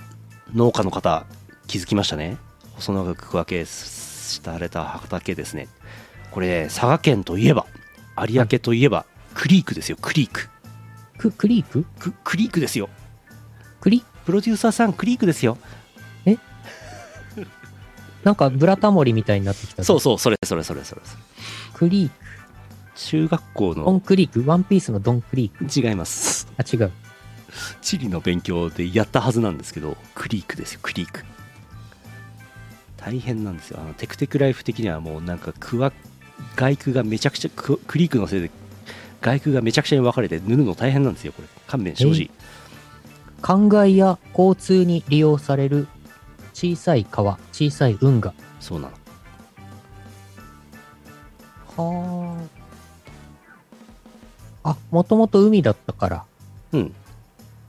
農家の方気づきましたね細長く区分けしたれた畑ですねこれ佐賀県といえば有明といえばクリークですよクリークク、クリークククリークですよクリプロデューサーさんクリークですよなんかブラタモリみたいになってきた。そう。そうそれそれそれそれそれクリーク。中学校ドンのクリークワンピースのドンクリーク違いますあ、違う。地理の勉強でやったはずなんですけどクリークですよクリーク大変なんですよあのテクテクライフ的にはもうなんか区は外区がめちゃくちゃククリークのせいで外区がめちゃくちゃに分かれて塗るの大変なんですよこれ勘弁してほしい灌漑や交通に利用される小さい川、小さい運河。そうなのああ。あ、もともと海だったから、うん。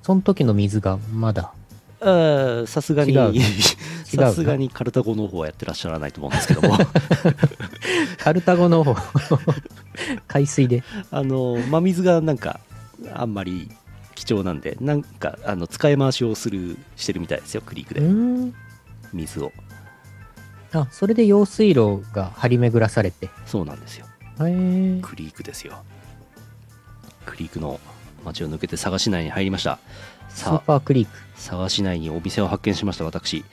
その時の水がまだ。あーさすがに違う違う さすがにカルタゴの方はやってらっしゃらないと思うんですけど もカルタゴ の方海水で。あの真水がなんかあんまり貴重なんでなんかあの使い回しをするしてるみたいですよクリークうでーん。水をあ、それで用水路が張り巡らされて。へそうなんですよえ。クリークですよクリークの町を抜けて佐賀市内に入りましたスーさあパークリーク。佐賀市内にお店を発見しました私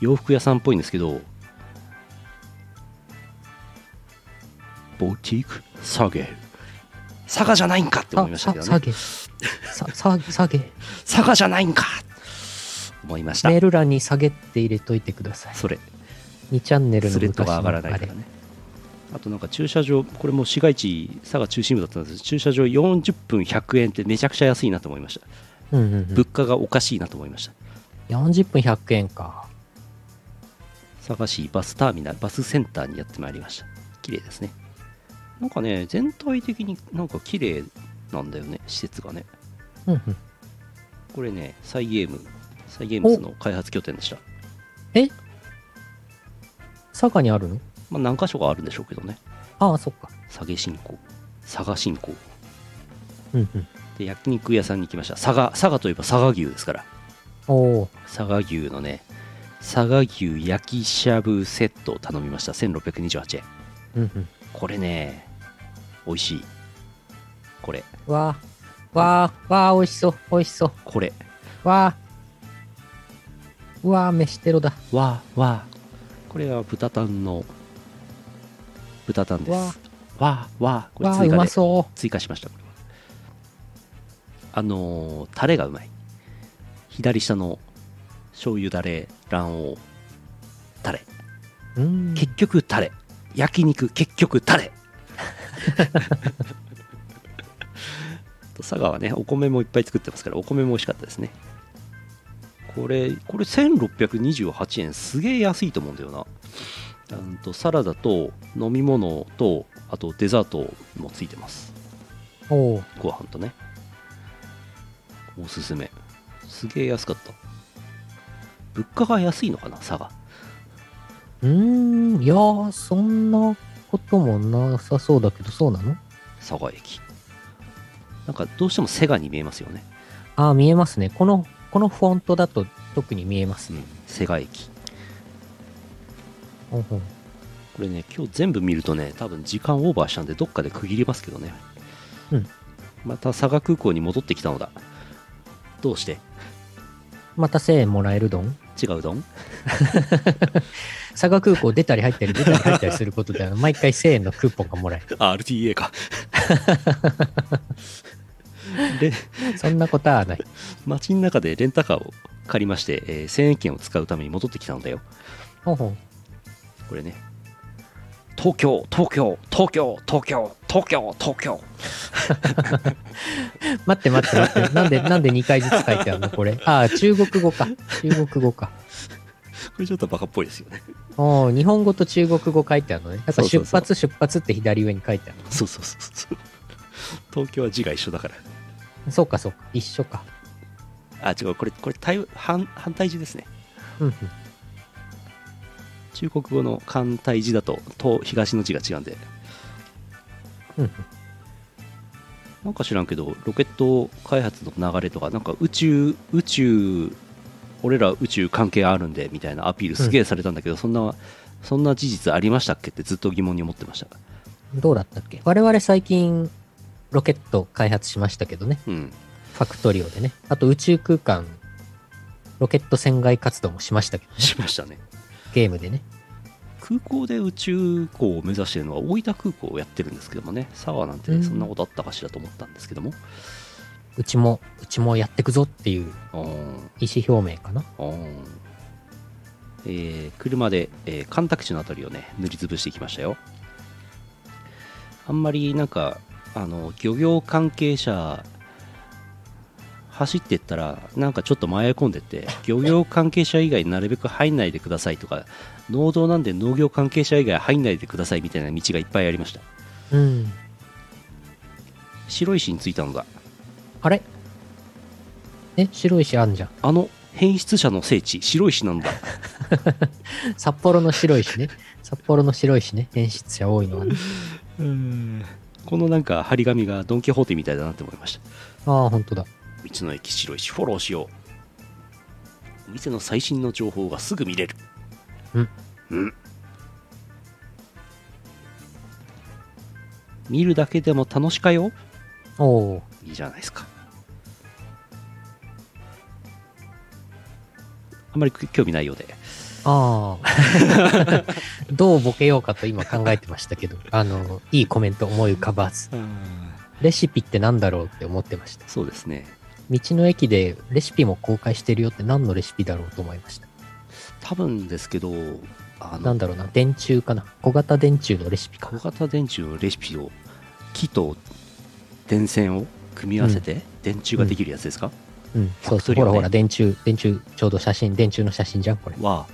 洋服屋さんっぽいんですけどボティーク佐賀佐賀じゃないんかって思いましたけどさね下げ。さ、さ、下 げ。佐賀じゃないんか思いましたメール欄に下げって入れといてください。それ2チャンネルのスレッ昔ドのが上がらないからねあとなんか駐車場これもう市街地佐賀中心部だったんですけど駐車場40分100円ってめちゃくちゃ安いなと思いましあたれうんうんうん物価がおかしいなと思いました40分100円か。佐賀市バスターミナルバスセンターにやってまいりました綺麗ですねなんかね全体的になんか綺麗なんだよね施設がねうんうん。これねサイゲームサイゲームズの開発拠点でした佐賀にあるのまあ何箇所かあるんでしょうけどねああ、そっか。佐賀新港佐賀新港うんうん。で焼肉屋さんに行きました佐賀佐賀といえば佐賀牛ですからおお。佐賀牛のね佐賀牛焼きしゃぶセットを頼みました1628円うんうん。これね美味しいこれわあ、わあ、わあ、美味しそう、美味しそこれう。わあ。うわあ、飯テロだ。わーわーこれは豚タンの豚タンでわすわーわーこれわあ、う追加までそ追加しましたこれはあのータレがうまい左下の醤油だれ卵黄タレう。うん。結局タレ焼肉結局タ レ佐賀はねお米もいっぱい作ってますからお米も美味しかったですねこれこれ1628円すげえ安いと思うんだよなうんとサラダと飲み物とあとデザートもついてますおお。ご飯とねおすすめすげえ安かった物価が安いのかな佐賀うーん、いやー、そんなこともなさそうだけど、そうなの佐賀駅なんかどうしてもセガに見えますよね、ああ、見えますね。この、このフォントだと特に見えますね。セガ駅ほんほんこれね今日全部見るとね多分時間オーバーしたんでどっかで区切りますけどねうんまた佐賀空港に戻ってきたのだどうしてまた1000円もらえるどん違うど ん佐賀空港出たり入ったり出たり入ったりすることで、あ の毎回1000円のクーポンがもらえ RTA かでる。そんなことはない。街の中でレンタカーを借りまして、えー、1000円券を使うために戻ってきたのだよほんほんこれね東京東京東京東京東京東京待って待って待って。なんで、なんで2回ずつ書いてあるのこれ。ああ、中国語か。中国語か。これちょっとバカっぽいですよね。おー日本語と中国語書いてあるのね。やっぱそうそ出うそう発出発って左上に書いてあるそうそうそうそう。東京は字が一緒だから。の。そうかそうか。一緒か。あ、違う、これ、これ対反、反対字ですね。うんうん。中国語の反対字だと、東、東の字が違うんで。うんうんなんか知らんけど、ロケット開発の流れとか、なんか宇宙、宇宙、俺ら宇宙関係あるんで、みたいなアピールすげえされたんだけど、そんな、そんな事実ありましたっけってずっと疑問に思ってました。どうだったっけ我々最近、ロケット開発しましたけどね。 うん。ファクトリオでね。あと宇宙空間、ロケット船外活動もしましたけど、しましたね。ゲームでね。空港で宇宙港を目指してるのは大分空港をやってるんですけどもね佐賀なんてうねんそんなことあったかしらと思ったんですけども、うちも、うちもやってくぞっていううん意思表明かな。うんえー車で、えー干拓地の辺りをね塗りつぶしていきましたよあんまりなんかあの漁業関係者走ってったらなんかちょっと迷い込んでって漁業関係者以外なるべく入んないでくださいとか農道なんで農業関係者以外入んないでくださいみたいな道がいっぱいありましたううん。白石についたのだあれえ、白石あんじゃん。あの変質者の聖地白石なんだ札幌の白石 ね。札幌の白石ね。演出者多いのはね。このなんか張り紙がドン・キホーテみたいだなって思いましたああ、本当だ。道の駅白石フォローしようお店の最新の情報がすぐ見れるうんうん見るだけでも楽しかよおお。いいじゃないですかあんまり興味ないようでああ。 どうボケようかと今考えてましたけど、あの、いいコメント思い浮かばず。レシピってなんだろうって思ってました。そうですね道の駅でレシピも公開してるよって何のレシピだろうと思いました。多分ですけどあなのんだろうな、電柱かな。小型電柱のレシピか小。型電柱のレシピを木と電線を組み合わせて電柱ができるやつですか、うん、そうファクトそう。リーほをねらほら、電柱、電柱、ちょうど写真、電柱の写真じゃん、これ。は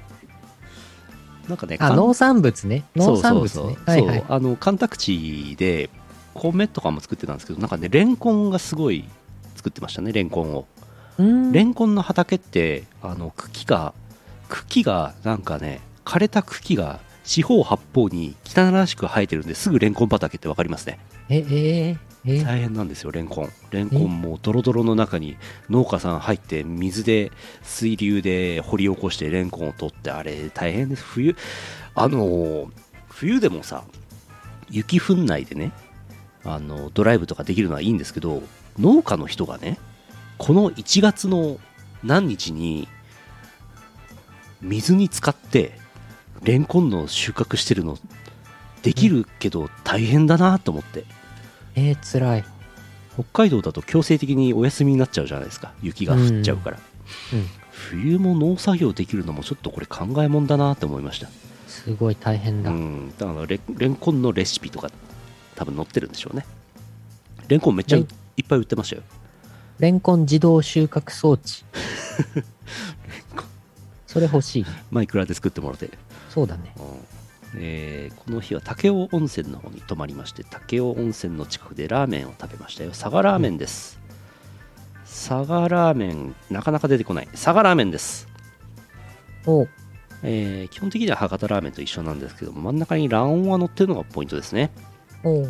なんかねあ、かん農産物ね。農そうそ産う物そうね。はいはいそ。うあの干拓地で米とかも作ってたんですけどなんかねレンコンがすごい作ってましたねレンコンをうんレンコンの畑ってあの茎が茎がなんかね枯れた茎が四方八方に汚らしく生えてるんですぐレンコン畑って分かりますねえ、えー、えー、大変なんですよレンコンレンコンもドロドロの中に農家さん入って水で水流で掘り起こしてレンコンを取ってあれ大変です冬あのー冬でもさ雪粉内でねあのドライブとかできるのはいいんですけど農家の人がねこの1月の何日に水に浸かってレンコンの収穫してるのできるけど大変だなと思ってえー、辛い。北海道だと強制的にお休みになっちゃうじゃないですか雪が降っちゃうから、うんうん冬も農作業できるのもちょっとこれ考えもんだなって思いましたすごい大変だ。うんだからレレンコンのレシピとか多分載ってるんでしょうねレンコンめっちゃいレンっぱい売ってましたよレンコン自動収穫装 置。それ欲しいね。マイクラで作ってもらって、そうだね。えーこの日は武雄温泉の方に泊まりまして武雄温泉の近くでラーメンを食べましたよ佐賀ラーメンです、佐賀ラーメンなかなか出てこない佐賀ラーメンですおえー基本的には博多ラーメンと一緒なんですけども真ん中に卵黄が乗ってるのがポイントですねお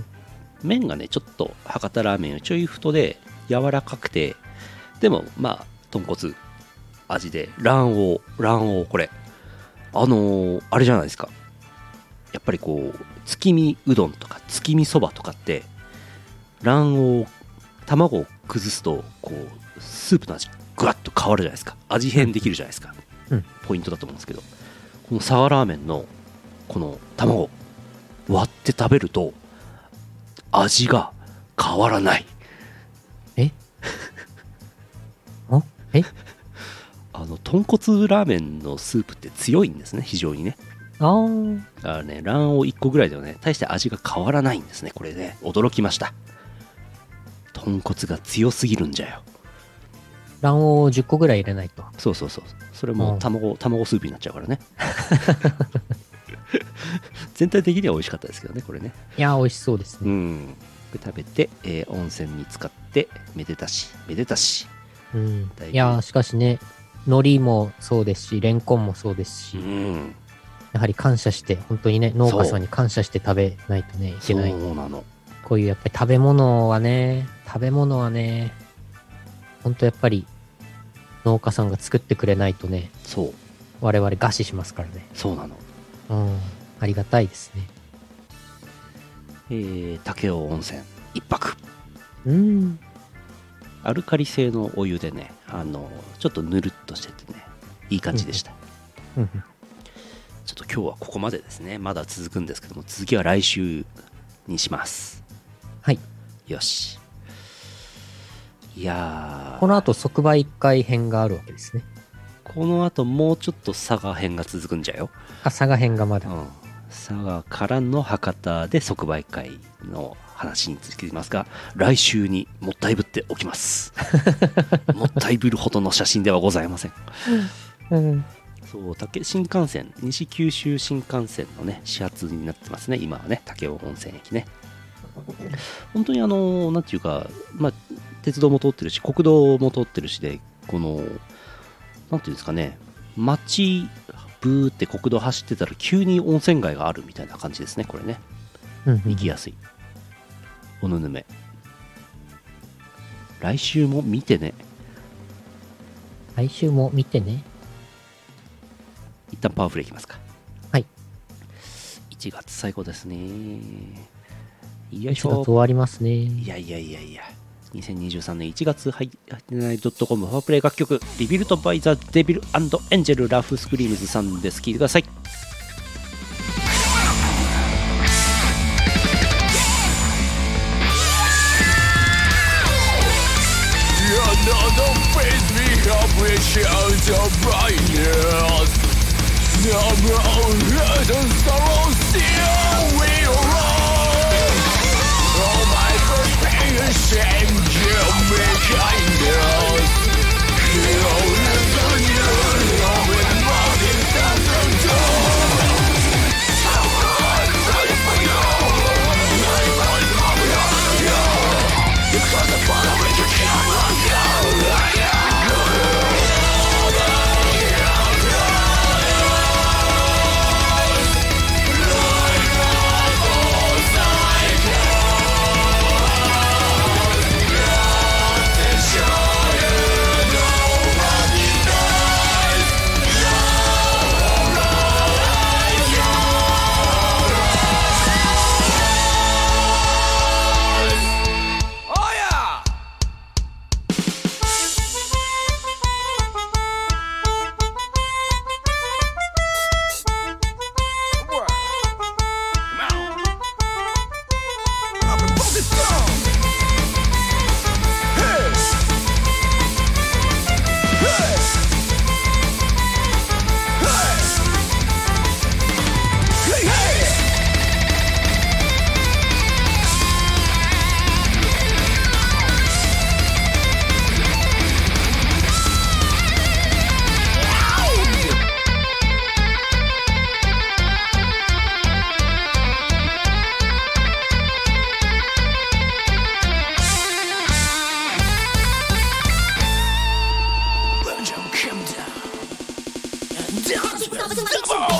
麺がねちょっと博多ラーメンよりちょい太で柔らかくてでもまあ豚骨味で卵黄卵黄これあのーあれじゃないですかやっぱりこう月見うどんとか月見そばとかって卵黄卵を崩すとこうスープの味ぐわっと変わるじゃないですか味変できるじゃないですか、うんポイントだと思うんですけどこのサワラーメンのこの卵割って食べると味が変わらないおえあの豚骨ラーメンのスープって強いんですね非常にねあーだからね卵黄1個ぐらいではね大して味が変わらないんですねこれね驚きました豚骨が強すぎるんじゃよ卵黄を10個ぐらい入れないと。そうそうそうそれもうん卵、卵スープになっちゃうからね 全体的には美味しかったですけどねこれねいやー、美味しそうですうね。んで食べて、えー温泉に浸かってめでたしめでたしうん大。変いやー、しかしね、海苔もそうですし、レンコンもそうですし、んやはり感謝して、本当にね、農家さんに感謝して食べないとね、いそけうない。なのこういうやっぱり食べ物はね、食べ物はね、ほんとやっぱり農家さんが作ってくれないとね、そう我々餓死しますからね。そうなのうん。ありがたいですね。えー、武雄温泉一泊うん。アルカリ性のお湯でねあのちょっとぬるっとしててねいい感じでした、うんちょっと今日はここまでですねまだ続くんですけども続きは来週にしますはい。よしいやーこの後即売会編があるわけですね。この後もうちょっと佐賀編が続くんじゃよ、あ、佐賀編がまうだ。ん、佐賀からの博多で即売会の話に続きますが来週にもったいぶっておきます もったいぶるほどの写真ではございませんうん。そう竹新幹線西九州新幹線のね始発になってますね今はね武雄本線駅ね本当にあのなんていうか、まあ、鉄道も通ってるし国道も通ってるしでこのなんていうんですかね街ブーって国道走ってたら急に温泉街があるみたいな感じですねこれねうん行きやすいおぬぬめ来週も見てね来週も見てね。一旦パワフルいきますかはい1月最後ですね1よいし月ょ終わりますね。いやいやいやいや2023年1月、はい、ない .com ファープレイ楽曲、リビルトバイザーデビルエンジェルラフスクリームズさんです。聴いてください。 Another face we have reached our brightness Number of hurt and sorrow still we roll All my first pain and shame give me kindness Heal is the new love and love is doesn't do Oh yeah! Word. Come on. Up and focus, go. Hey. Hey. Hey. Hey, hey. Rojo come down and dance with Zabo.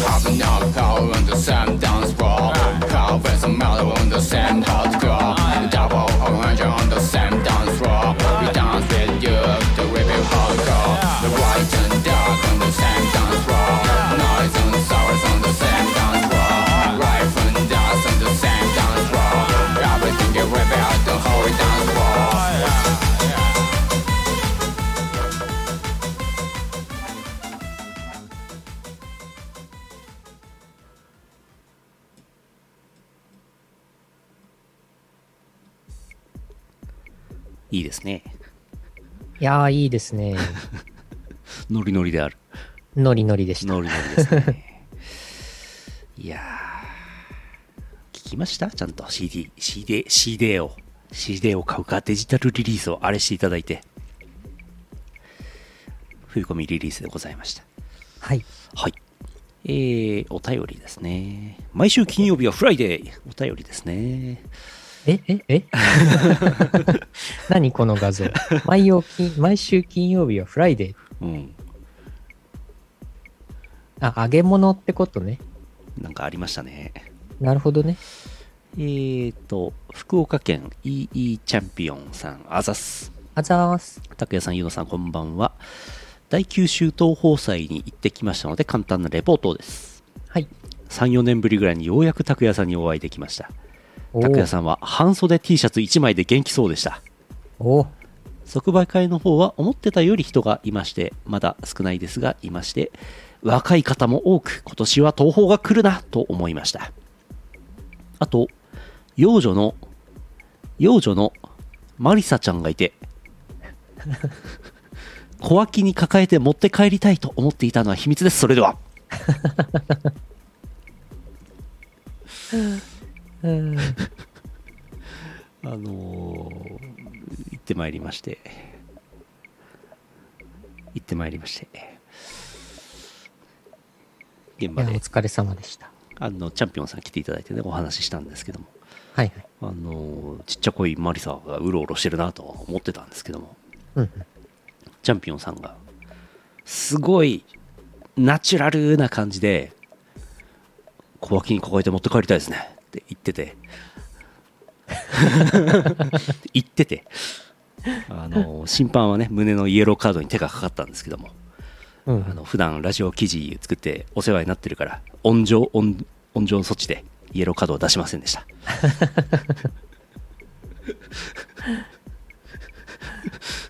Popping up power on the sand dance floor. Covers and mellow on the same hardcore. Double orange on the same dance floor. We dance with you, the way we hardcore. The white and dark on the same dance floor. Noise and sours on the same dance floor. Rife and dust on the same dance floor. Everything you whip out the whole dance floor. いいですね。いやー、いいですね。ノリノリである。ノリノリでした。ノリノリですね。いやー、聞きましたちゃんと CD、CD、CD を、CD を買うか、デジタルリリースをあれしていただいて、冬コミリリースでございました。はい。はい。えー、お便りですね。毎週金曜日はフライデー。お便りですね。え、え、え 何この画像。毎曜金毎週金曜日はフライデー。うん。あ、揚げ物ってことね。なんかありましたね。なるほどね。えーと、福岡県 EE チャンピオンさん、あざっす。あざーす。拓也さん、ゆうのさん、こんばんは。第九州東宝祭に行ってきましたので、簡単なレポートです。はい。 3、4年ぶりぐらいにようやく拓也さんにお会いできました。お拓也ーさんは半袖 T シャツ1枚で元気そうでした。おー即売会の方は思ってたより人がいまして、まだ少ないですが、いまして、若い方も多く、今年は東宝が来るなと思いました。あと、幼女の幼女のマリサちゃんがいて 小脇に抱えて持って帰りたいと思っていたのは秘密ですそれではうん あのー行ってまいりまして行ってまいりまして現いや場おで疲れ様でした。あのチャンピオンさん来ていただいてねお話ししたんですけどもはいはい。あのーちっちゃこいマリサがうろうろしてるなとは思ってたんですけどもうんチャンピオンさんがすごいナチュラルな感じで小脇に抱えて持って帰りたいですねって言ってて 言っててあの審判はね胸のイエローカードに手がかかったんですけどもうん。あの普段ラジオ記事作ってお世話になってるから温情温温情措置でイエローカードを出しませんでした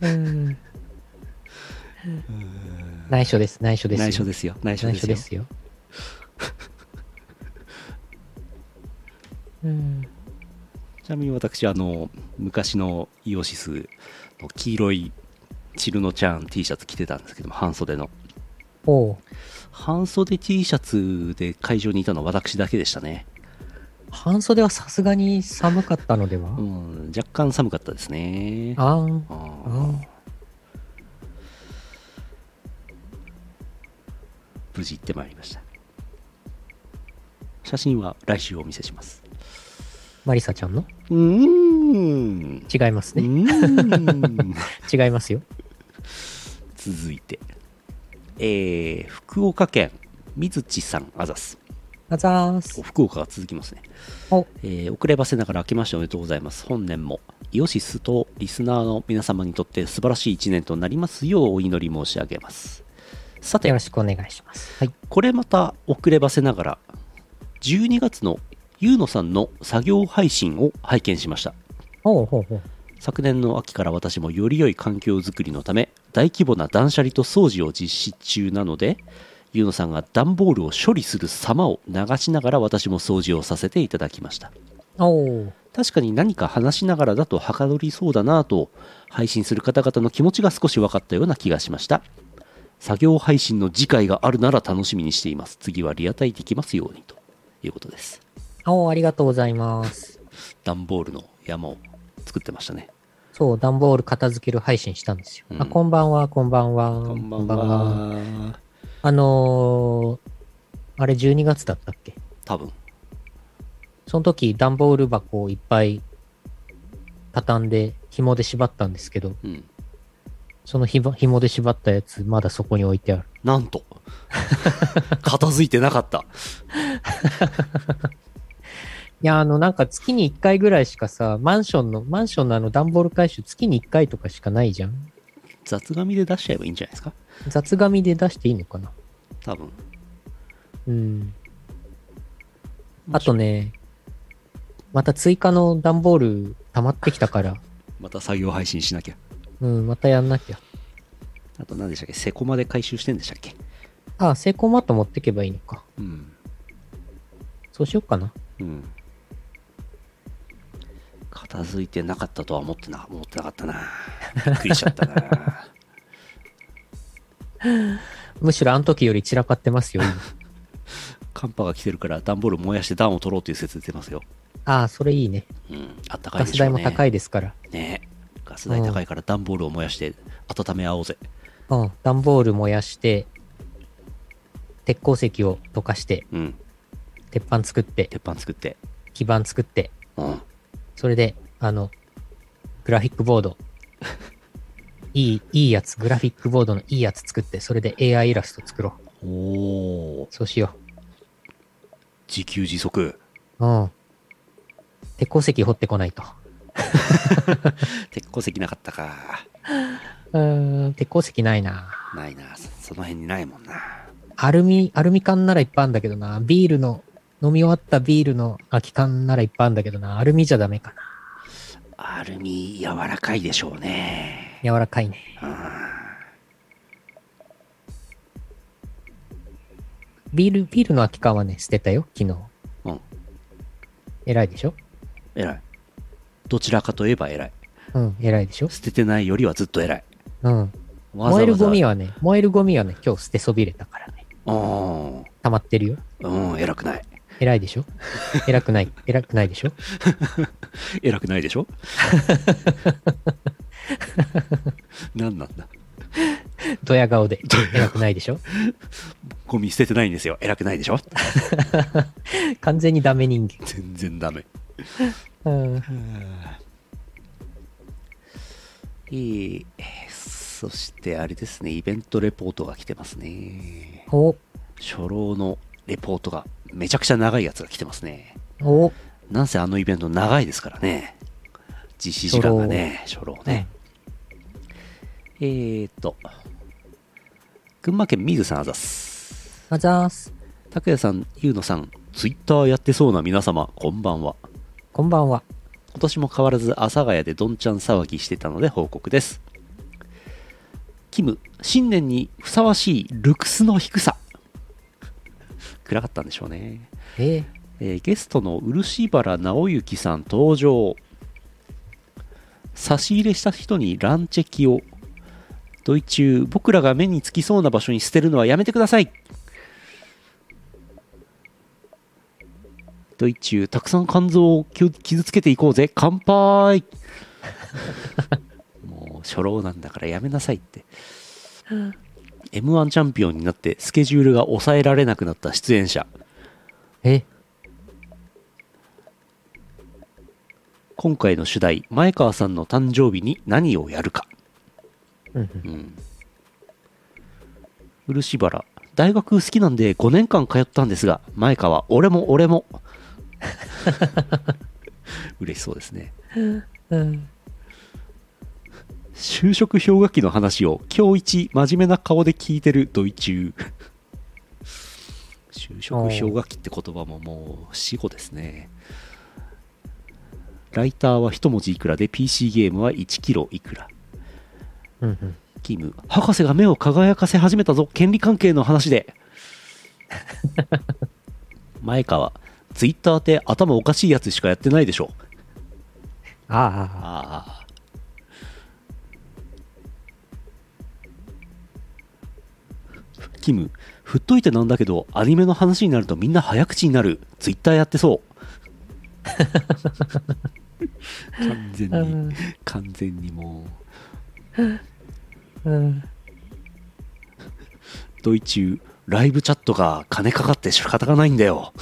うん内緒です、内緒です。内緒ですよ内緒内です緒よですよ。 うん。ちなみに私、あの、昔のイオシスの黄色いチルノちゃん T シャツ着てたんですけども、半袖の。おう半袖 T シャツで会場にいたのは私だけでしたね。半袖はさすがに寒かったのでは、うん、若干寒かったですね。あーああーー。無事行ってまいりました。写真は来週お見せします。マリサちゃんのうーん。う違いますね。ーん。 違いますよ。続いて、えー、福岡県、水地さん、あざす。あざーおす。福岡が続きますね。お、えー遅ればせながら明けましておめでとうございます。本年もイオシスとリスナーの皆様にとって素晴らしい一年となりますようお祈り申し上げます。さよてろ、しくお願いします。はい。これまた遅ればせながら、12月のゆうのさんの作業配信を拝見しました。おうほうほう。昨年の秋から私もより良い環境づくりのため大規模な断捨離と掃除を実施中なのでゆうのさんが段ボールを処理する様を流しながら私も掃除をさせていただきましたおう。確かに何か話しながらだとはかどりそうだなぁと配信する方々の気持ちが少し分かったような気がしました作業配信の次回があるなら楽しみにしています次はリアタイできますようにということですおう、ありがとうございます。段ボールの山を作ってましたねそう、段ボール片付ける配信したんですよ。うんあ、こんばんは、こんばんは。こんばんこんばんははあのー、あれ12月だったっけ多分その時、段ボール箱をいっぱい畳んで、紐で縛ったんですけど、うんそのひば紐で縛ったやつ、まだそこに置いてある。なんと。 片付いてなかった。いや、あの、なんか月に1回ぐらいしかさ、マンションの、マンションのあの段ボール回収月に1回とかしかないじゃん雑紙で出しちゃえばいいんじゃないですか雑紙で出していいのかな多分。うん。あとね、また追加の段ボール溜まってきたから、 また作業配信しなきゃ。うん、またやんなきゃ。あと何でしたっけセコまで回収してんでしたっけあ、セイコーマット持ってけばいいのか。うん。そうしようかな。うん。片付いてなかったとは思ってな、思ってなかったな。びっくりしちゃった な。むしろあの時より散らかってますよ、 今寒波が来てるから段ボール燃やして暖を取ろうという説出てますよ。ああ、それいいね。うん。あったかいガでスしょ代うもね。高い。いですから。ねえガス代高いから段ボールを燃やして温め合おうぜ。うん、段ボール燃やして、鉄鉱石を溶かして、うん。鉄板作って、鉄板作って。基板作って、うん。それで、あの、グラフィックボード。 いい、いいやつ、グラフィックボードのいいやつ作って、それで AI イラスト作ろう。おー。そうしよ自給自足。う。うん。鉄鉱石掘ってこないと。鉄鉱石なかったかうーん、鉄鉱石ないな。ないなそその辺にないもんなアルミ、アルミ缶ならいっぱいあるんだけどな。ビールの、飲み終わったビールの空き缶ならいっぱいあるんだけどな。アルミじゃダメかな。アルミ柔らかいでしょうね柔らかいね。ビール、ビールの空き缶はね、捨てたよ、昨日。うん偉いでしょえらいどちらかといえば偉い。うん、偉いでしょ捨ててないよりはずっと偉い。うん。わざわざ燃えるゴミはね、燃えるゴミはね、今日捨てそびれたからね。うん。溜まってるよ。うん、偉くない。偉いでしょ偉くない。偉くないでしょ偉くないで しょ何なんだドヤ顔で。偉くないでしょゴミ捨ててないんですよ。偉くないでしょ完全にダメ人間。全然ダメ。うん。えーそしてあれですね、イベントレポートが来てますね。お、初老のレポートがめちゃくちゃ長いやつが来てますね。お、なんせあのイベント長いですからね。実施時間がね、初老ね。えーっと、群馬県水さんあざっす。あざーす。拓也さん、ゆうのさん、ツイッターやってそうな皆様、こんばんは。こんばんは。今年も変わらず阿佐ヶ谷でどんちゃん騒ぎしてたので報告ですキム新年にふさわしいルクスの低さ暗かったんでしょうね、えー、えーゲストの漆原直之さん登場差し入れした人にランチェキを土井中僕らが目につきそうな場所に捨てるのはやめてください土井中たくさん肝臓をきゅ傷つけていこうぜ乾杯もう初老なんだからやめなさいって m 1チャンピオンになってスケジュールが抑えられなくなった出演者え、今回の主題前川さんの誕生日に何をやるかうんう。うんん漆原大学好きなんで5年間通ったんですが前川俺も 俺も嬉しそうですねうん。就職氷河期の話を今日一真面目な顔で聞いてるドイ中 就職氷河期って言葉ももう死後ですねライターは一文字いくらで PC ゲームは1キロいくらうんうん。キム博士が目を輝かせ始めたぞ権利関係の話で前川ツイッターって頭おかしいやつしかやってないでしょああ、ああ。キム、振っといてなんだけど、アニメの話になるとみんな早口になる。ツイッターやってそう。完全うんに、完全にもうん。う、ドイ中、ライブチャットが金かかって仕方がないんだよ。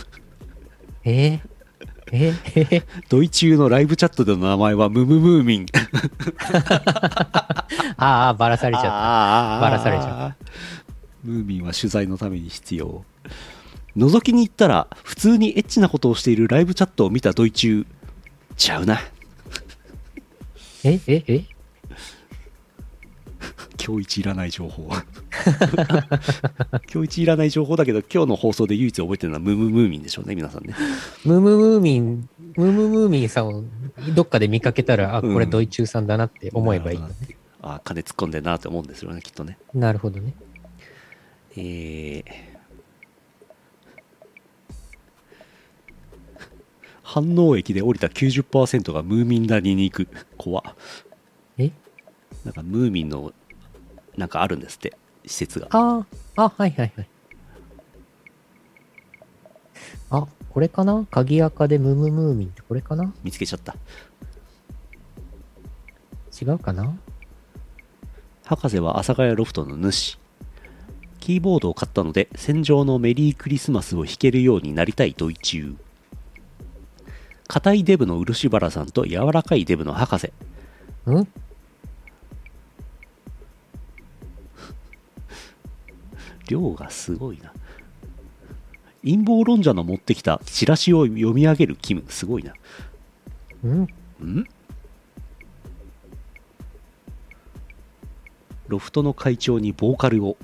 えー、え ー、ドイ中のライブチャットでの名前はムムムーミン。ああ、ばらされちゃっあーバラされちゃムーミンは取材のために必要覗きに行ったら普通にエッチなことをしているライブチャットを見たドイ中ちゃう なた。え、え、え、今日一いらない情報 今日一いらない情報だけど今日の放送で唯一覚えてるのはムームームーミンでしょうね皆さんねムムムーミン、ムムムーミンさんをどっかで見かけたら、あ、うんこれドイチューさんだなって思えばいいのね。あー金突っ込んでんなって思うんですよねきっとねなるほどね。えー反応液で降りた90%がムーミン谷に行く怖っえなんかムーミンのなんかあるんですって施設がああ、あ、はいはいはい。あ、これかな鍵垢でムムムーミンってこれかな見つけちゃった違うかな博士は阿佐ヶ谷ロフトの主キーボードを買ったので戦場のメリークリスマスを弾けるようになりたいドイチュー硬いデブの漆原さんと柔らかいデブの博士うん量がすごいな陰謀論者の持ってきたチラシを読み上げるキムすごいなうんんロフトの会長にボーカルを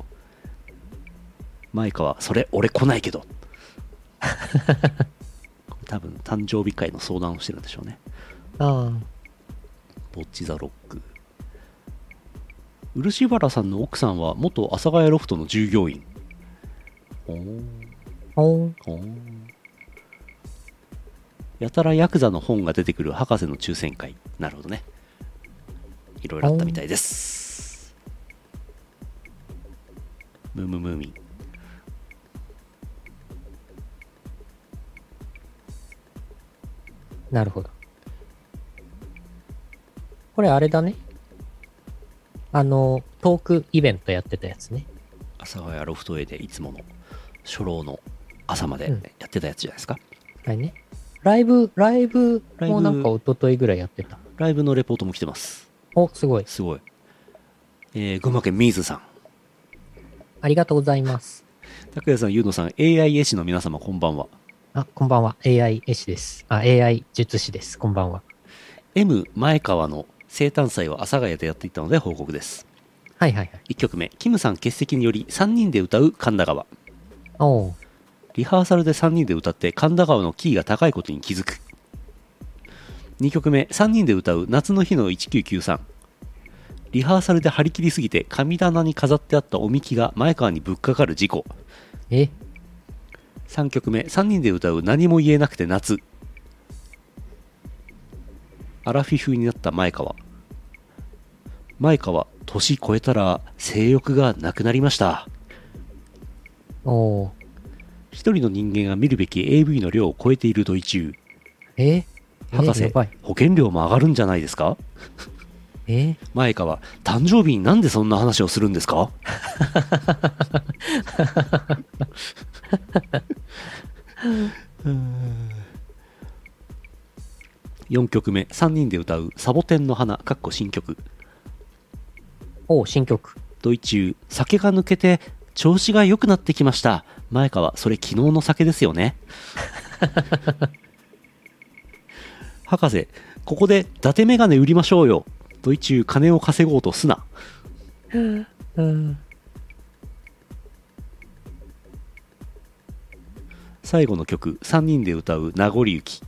前川それ俺来ないけど 多分誕生日会の相談をしてるんでしょうねあぼっちザロック漆原さんの奥さんは元阿佐ヶ谷ロフトの従業員おーあ。おーおーやたらヤクザの本が出てくる博士の抽選会なるほどねいろいろあったみたいですムームムーミンなるほど。これあれだね。あの、トークイベントやってたやつね。阿佐ヶ谷ロフト A でいつもの初老の朝までうんやってたやつじゃないですか、あれね。ライブ、ライブライブもなんか一昨日ぐらいやってた。ライブのレポートも来てますお、すごい。すごい、えー群馬県ミーズさんありがとうございます。拓也さんゆうのさん AI 絵師の皆様こんばんはあ、こんばんは。AI 絵師です。あ、AI 術師です。こんばんは。 M 前川の生誕祭を阿佐ヶ谷でやっていたので報告ですはいはいはい。 1曲目キムさん欠席により3人で歌う神田川おうリハーサルで3人で歌って神田川のキーが高いことに気づく2曲目3人で歌う「夏の日の1993」リハーサルで張り切りすぎて神棚に飾ってあったおみきが前川にぶっかかる事故え、 3曲目3人で歌う「何も言えなくて夏」アラフィフになった前川前川年越えたら性欲がなくなりましたおう一人の人間が見るべき AV の量を超えている土井中え、博え士やばい。保険料も上がるんじゃないですかえ、前川誕生日になんでそんな話をするんですか4曲目3人で歌う「サボテンの花」かっこ新曲おう新曲。ドイ中酒が抜けて調子が良くなってきました前川それ昨日の酒ですよね 博士ここで伊達メガネ売りましょうよドイ中金を稼ごうとすなうん。最後の曲3人で歌う「名残雪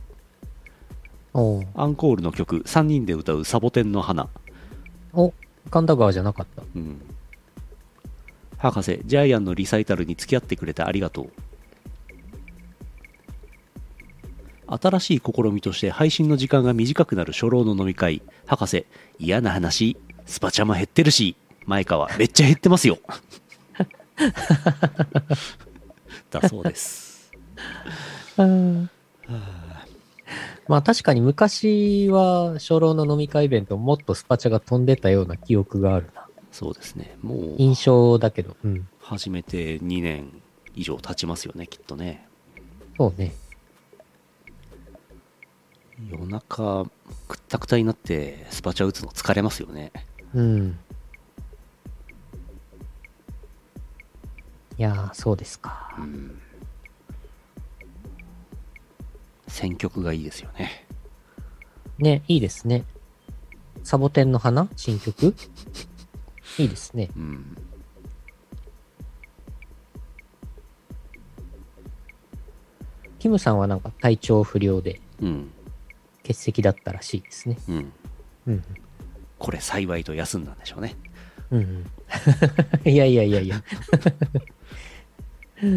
おう」アンコールの曲3人で歌う「サボテンの花お、神田川じゃなかった。」うん博士ジャイアンのリサイタルに付き合ってくれてありがとう新しい試みとして配信の時間が短くなる初老の飲み会博士嫌な話スパチャも減ってるし前川めっちゃ減ってますよだそうですうんまあ確かに昔は初老の飲み会イベントもっとスパチャが飛んでたような記憶があるな。そうですねもう印象だけど。うん。始めて2年以上経ちますよねきっとねそうね。夜中くったくたになってスパチャ打つの疲れますよねうん。いやー、そうですか。うん選曲がいいですよねね、いいですね。サボテンの花新曲いいですね。うんキムさんはなんか体調不良でうん欠席だったらしいですね。うんうんこれ幸いと休んだんでしょうねうん。うんうん。いやいやいやい や。う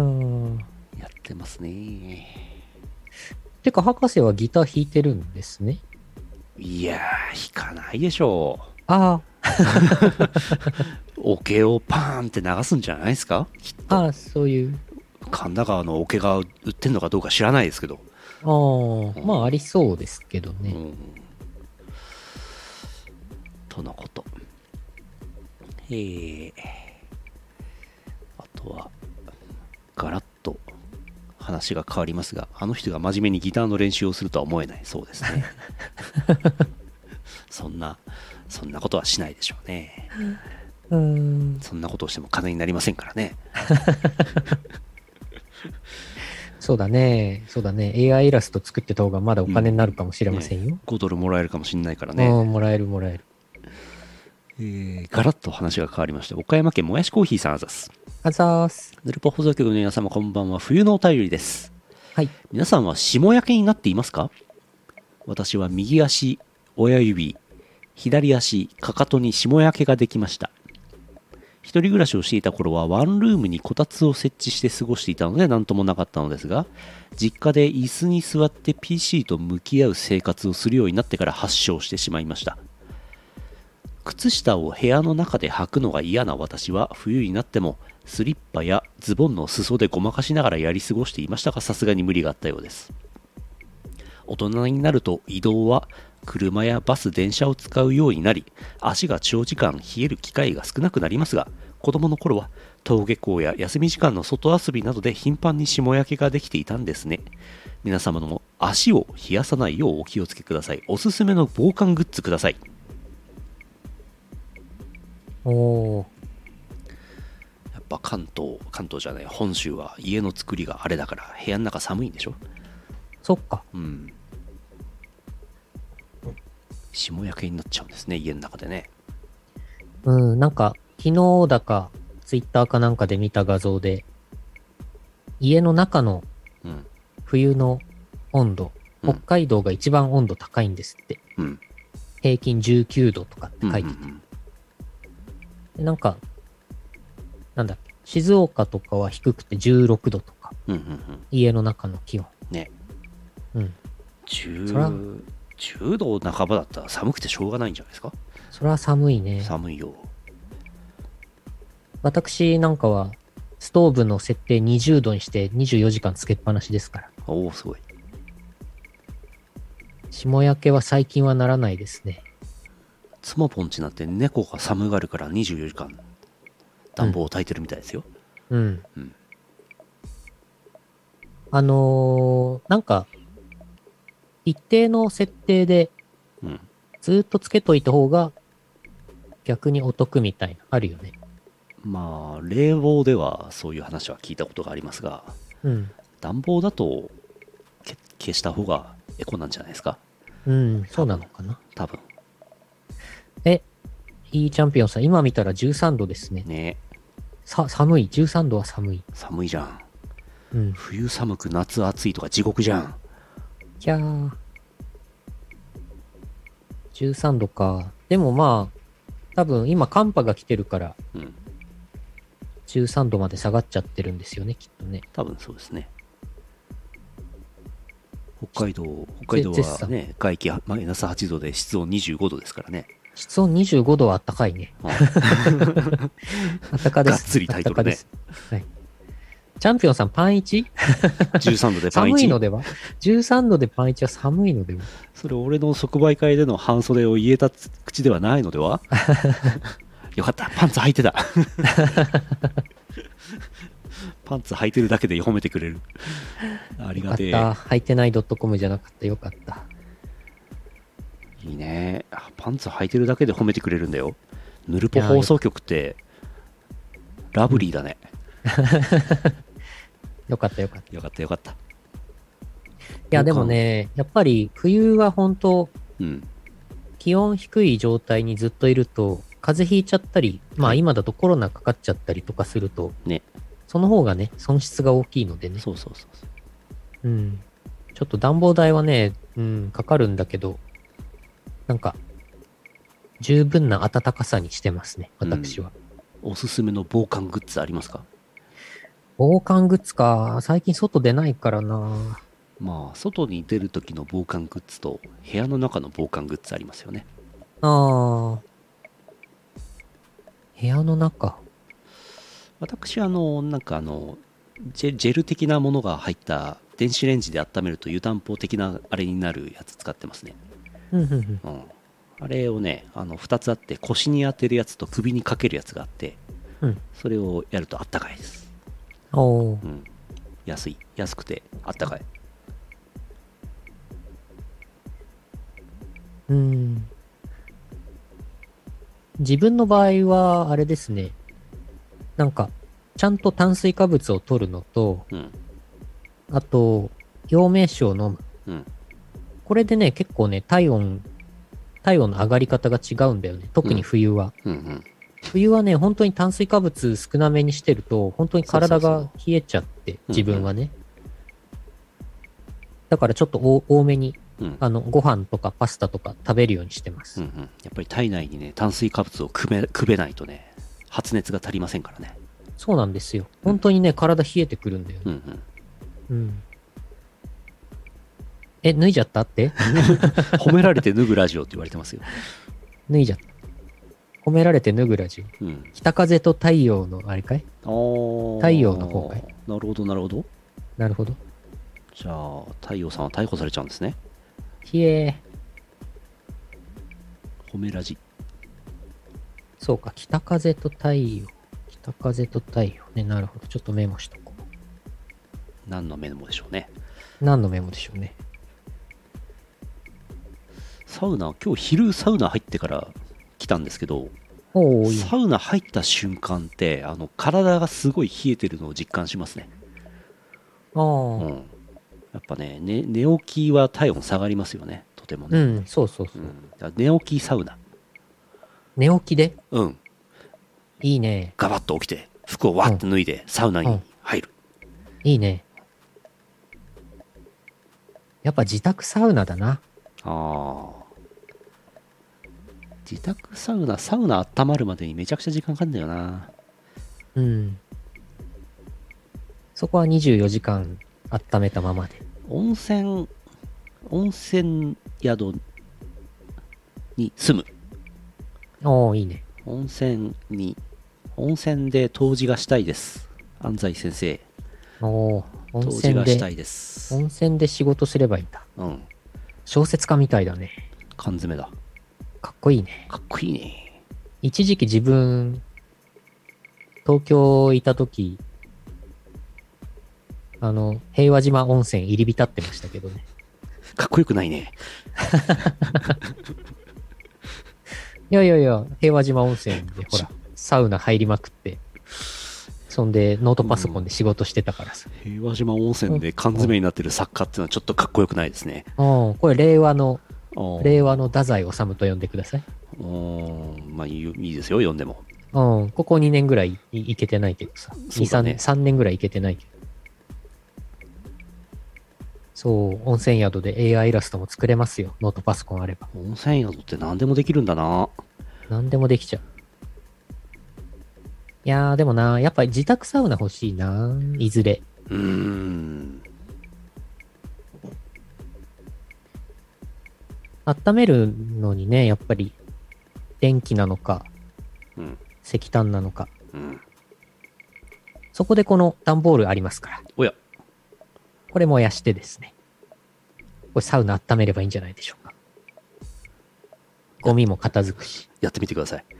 ん。やってますねてか、博士はギター弾いてるんですね。いやー弾かないでしょあう桶をパーンって流すんじゃないですかきっあ、あとあ、そういう。神田川の桶が売ってんのかどうか知らないですけどああ、まあありそうですけどね。うんとのこと。えー、あとは、ガラッと話が変わりますが、あの人が真面目にギターの練習をするとは思えないそうです ね。そんな、そんなことはしないでしょうね。うーん。そんなことをしても金になりませんからね。そうだね。そうだね。AI イラスト作ってた方がまだお金になるかもしれませんよ。 5ドルもらえるかもしれないからね。うん、もらえるもらえる。えーガラッと話が変わりまして、岡山県もやしコーヒーさんあざす。あざーす。ヌルポ放送局の皆様こんばんは。冬のお便りです。はい。皆さんは霜焼けになっていますか私は右足、親指、左足、かかとに霜焼けができました。一人暮らしをしていた頃はワンルームにこたつを設置して過ごしていたので何ともなかったのですが実家で椅子に座って PC と向き合う生活をするようになってから発症してしまいました靴下を部屋の中で履くのが嫌な私は冬になってもスリッパやズボンの裾でごまかしながらやり過ごしていましたがさすがに無理があったようです大人になると移動は車やバス電車を使うようになり足が長時間冷える機会が少なくなりますが子供の頃は登下校や休み時間の外遊びなどで頻繁に霜焼けができていたんですね皆様の足を冷やさないようお気をつけくださいおすすめの防寒グッズくださいおーやっぱ関東関東じゃない本州は家の作りがあれだから部屋の中寒いんでしょそっか。うん霜焼けになっちゃうんですね家の中でねうん、なんか、昨日だか、ツイッターかなんかで見た画像で、家の中のうん冬の温度、うん北海道が一番温度高いんですって。うん平均19度とかって書いてて、うんうんでなんか、なんだっけ、静岡とかは低くて16度とか、うんうんうん家の中の気温。ねうん。そら10 10度半ばだったら寒くてしょうがないんじゃないですかそれは寒いね。寒いよ私なんかは、ストーブの設定20度にして24時間つけっぱなしですから。おおすごい霜焼けは最近はならないですね。妻ポンチなんて猫が寒がるから24時間暖房を焚いてるみたいですよ、うん。うんあのーなんか、一定の設定でうん、ずーっとつけといた方が逆にお得みたいな、あるよね。まあ冷房ではそういう話は聞いたことがありますがうん。暖房だとけ消した方がエコなんじゃないですかうん、そうなのかな。多分え、いいチャンピオンさん、今見たら13度ですね。ねさ、寒い。13度は寒い。寒いじゃんうん。冬寒く夏暑いとか地獄じゃんきゃー。13度か。でもまあ、多分今寒波が来てるから、うん13度まで下がっちゃってるんですよね、きっとね。多分そうですね北海道北海道はね外気マイナス8度で室温25度ですから ね室温25度はあったかいね。うんあったかです。がっつりタイトルあねったかです。はい。チャンピオンさん、パン 1? 13度でパン寒いの1では ?13 度でパン1は寒いのではそれ俺の即売会での半袖を言えたつ口ではないので はよかったパンツ履いて たパンツ履いてるだけで褒めてくれるありよかがってえた。履いてない .com じゃなかった。よかった。いいねあパンツ履いてるだけで褒めてくれるんだよヌルポ放送局ってラブリーだね、よかった、よかった。いよかったよかったや、でもね、やっぱり冬は本当うん気温低い状態にずっといると、風邪ひいちゃったり、まあ今だとコロナかかっちゃったりとかすると、ねその方がね、損失が大きいのでね。そうそうそうそううん。ちょっと暖房代はね、うん、かかるんだけど、なんか、十分な暖かさにしてますね、私は。おすすめの防寒グッズありますか防寒グッズか、最近外出ないからなまあ外に出る時の防寒グッズと部屋の中の防寒グッズありますよねあー部屋の中。私あのなんかあのジェジェル的なものが入った電子レンジで温めると湯たんぽ的なあれになるやつ使ってますねうん、うん、うん。うんあれをねあの2つあって腰に当てるやつと首にかけるやつがあってうん。それをやるとあったかいです。おーうん。安い。安くてあったかい。うん。自分の場合は、あれですね。なんか、ちゃんと炭水化物を取るのと、うん。あと、陽明酒を飲む。うん。これでね、結構ね、体温、体温の上がり方が違うんだよね。特に冬は。うんうん。冬はね、本当に炭水化物少なめにしてると、本当に体そうそうが冷えちゃって、うん自分はね。だからちょっと多多めに、うん。うんあの、ご飯とかパスタとか食べるようにしてまうす。ん。やっぱり体内にね、炭水化物をくべ、くべないとね、発熱が足りませんからね。そうなんですよ。本当にね、体冷えてくるんだよね。うんうん。うん。え、脱いじゃったって 褒められて脱ぐラジオって言われてますよ。脱いじゃった。褒められて脱ぐラジオ。うん。北風と太陽の、あれかいお太陽の方かいなるほど、なるほど。なるほど。じゃあ、太陽さんは逮捕されちゃうんですね。ひえー。褒めラジ。そうか、北風と太陽。北風と太陽ね、なるほど。ちょっとメモしとこう。何のメモでしょうね。何のメモでしょうね。サウナ、今日昼サウナ入ってから来たんですけど、おー、いいねサウナ入った瞬間って、あの、体がすごい冷えてるのを実感しますね。あうあ。ん。やっぱね、ね寝起きは体温下がりますよね。とてもうね。ん、そうそうそうう。んだから寝起きサウナ。寝起きでうん。いいね。ガバッと起きて、服をわって脱いで、サウナに入る。いいね。やっぱ自宅サウナだな。ああ。自宅サウナ、サウナ温まるまでにめちゃくちゃ時間かかるんだよな。うん。そこは24時間温めたままで。温泉、温泉宿に住む。おー、いいね。温泉に、温泉で湯治がしたいです。安西先生、おー、温湯治泉がしたで、いです。温泉で仕事すればいいんだ。うん。小説家みたいだね。缶詰だ。かっこいいね。かっこいいね。一時期自分、東京いた時、あの、平和島温泉入り浸ってましたけどね。かっこよくないね。いやいやいや、平和島温泉で ほら、サウナ入りまくって、そんでノートパソコンで仕事してたからさ。平和島温泉で缶詰になってる作家っていうのはちょっとかっこよくないですね。うん、これ令和の、ああ令和の太宰治と呼んでください。うーん、まあいいよいいですよ、読んでも。うん、ここ2年ぐらいいいけてないけどさ。そうだね2、3、3年ぐらいいけてないけど。そう、温泉宿で AI イラストも作れますよ。ノートパソコンあれば。温泉宿って何でもできるんだな。何でもできちゃう。いやー、でもな、やっぱり自宅サウナ欲しいな。いずれ。うーん。温めるのにね、やっぱり、電気なのか、うん。石炭なのか。うん。そこでこの段ボールありますから。おや、これ燃やしてですね。これサウナ温めればいいんじゃないでしょうか。ゴミも片付くし。やってみてください。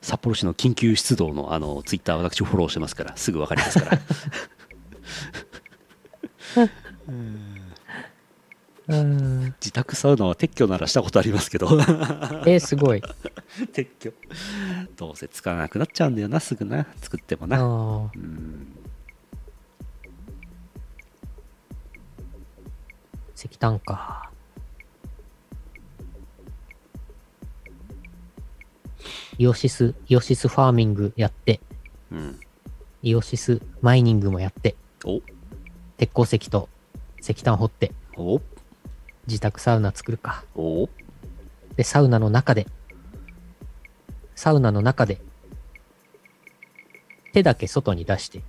札幌市の緊急出動のあのツイッター私フォローしてますから、すぐわかります から。うーん。自宅サウナは撤去ならしたことありますけ ど、えー、すご い。撤去。どうせ使わなくなっちゃうんだよな、すぐな。作ってもあな。ーうん。石炭か。イオシス、イオシスファーミングやって、うん。イオシスマイニングもやって、お鉄鉱石と石炭掘って、お自宅サウナ作るか。おで、サウナの中で、サウナの中で、手だけ外に出して、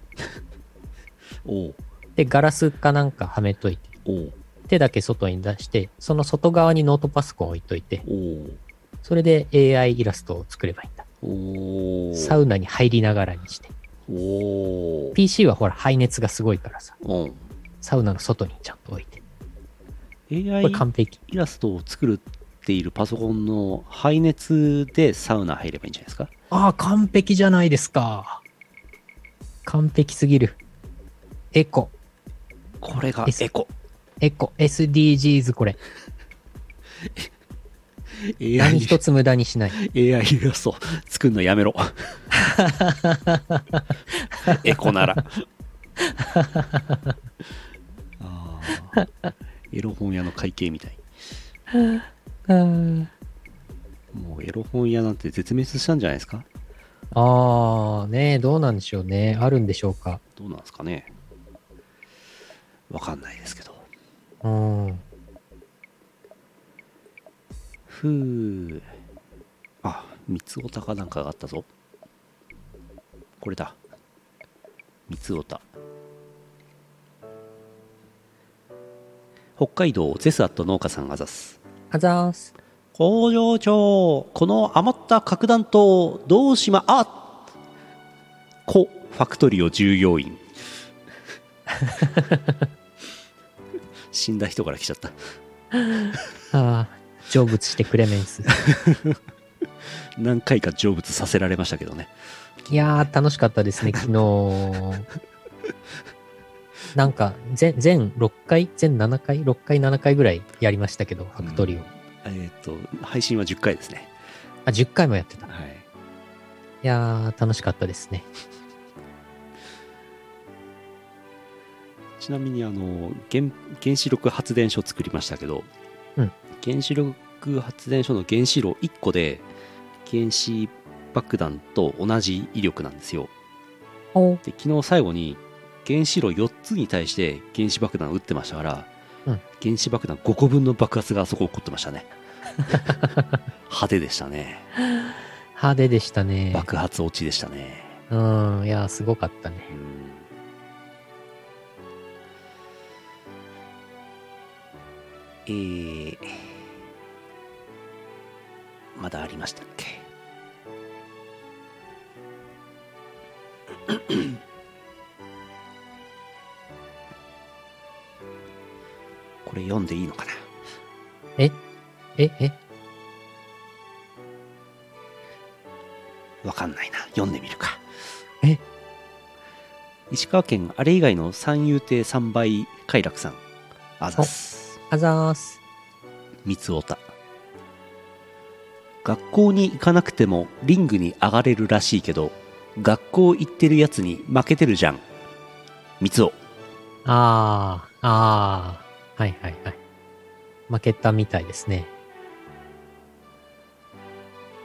おで、ガラスかなんかはめといて、お手だけ外に出して、その外側にノートパソコン置いといて、おそれで AI イラストを作ればいいんだ。おおサウナに入りながらにして。おー PC はほら、排熱がすごいからさ、うん。サウナの外にちゃんと置いて。こ AI れ完璧。イラストを作るっているパソコンの排熱でサウナ入ればいいんじゃないですかああ、完璧じゃないですか。完璧すぎる。エコ、これがですエコ。エコ、SDGs これ。何 AI, 一つ無駄にしない。 AI イラスト作るのやめ ろ。エコなら。あーエロ本屋の会計みたい。あもうエロ本屋なんて絶滅したんじゃないですかあー、ねえどうなんでしょうね。あるんでしょうか。どうなんですかねわかんないですけど。うん。ふうあ三つおたかなんかがあったぞ。これだ。三つおた。北海道ゼスアット農家さんあざす。あざーす。工場長、この余った核弾頭、どうしま、あコ・ファクトリオ従業員。 死んだ人から来ちゃった。ああ、成仏してクレメンス。 何回か成仏させられましたけどね。いやー、楽しかったですね、 昨日。なんか、全、全6回全7回 ?6 回、7回ぐらいやりましたけど、ファクトリオ。えーっ、と、配信は10回ですね。あ、10回もやってた。いはい。やー、楽しかったですね。ちなみにあの原原子力発電所作りましたけど、うん原子力発電所の原子炉1個で原子爆弾と同じ威力なんですよおで昨日最後に原子炉4つに対して原子爆弾を撃ってましたから、うん原子爆弾5個分の爆発があそこ起こってましたね 派手でしたね派手でしたね。爆発落ちでしたね、うん、いやー、すごかったね。うんえー、まだありましたっけ これ読んでいいのかなえええわかんないな読んでみるかえ石川県あれ以外の三遊亭三倍快楽さんあざっすあざーす。三つおた学校に行かなくてもリングに上がれるらしいけど学校行ってるやつに負けてるじゃん三つおあー、あー、はいはいはい。負けたみたいですね。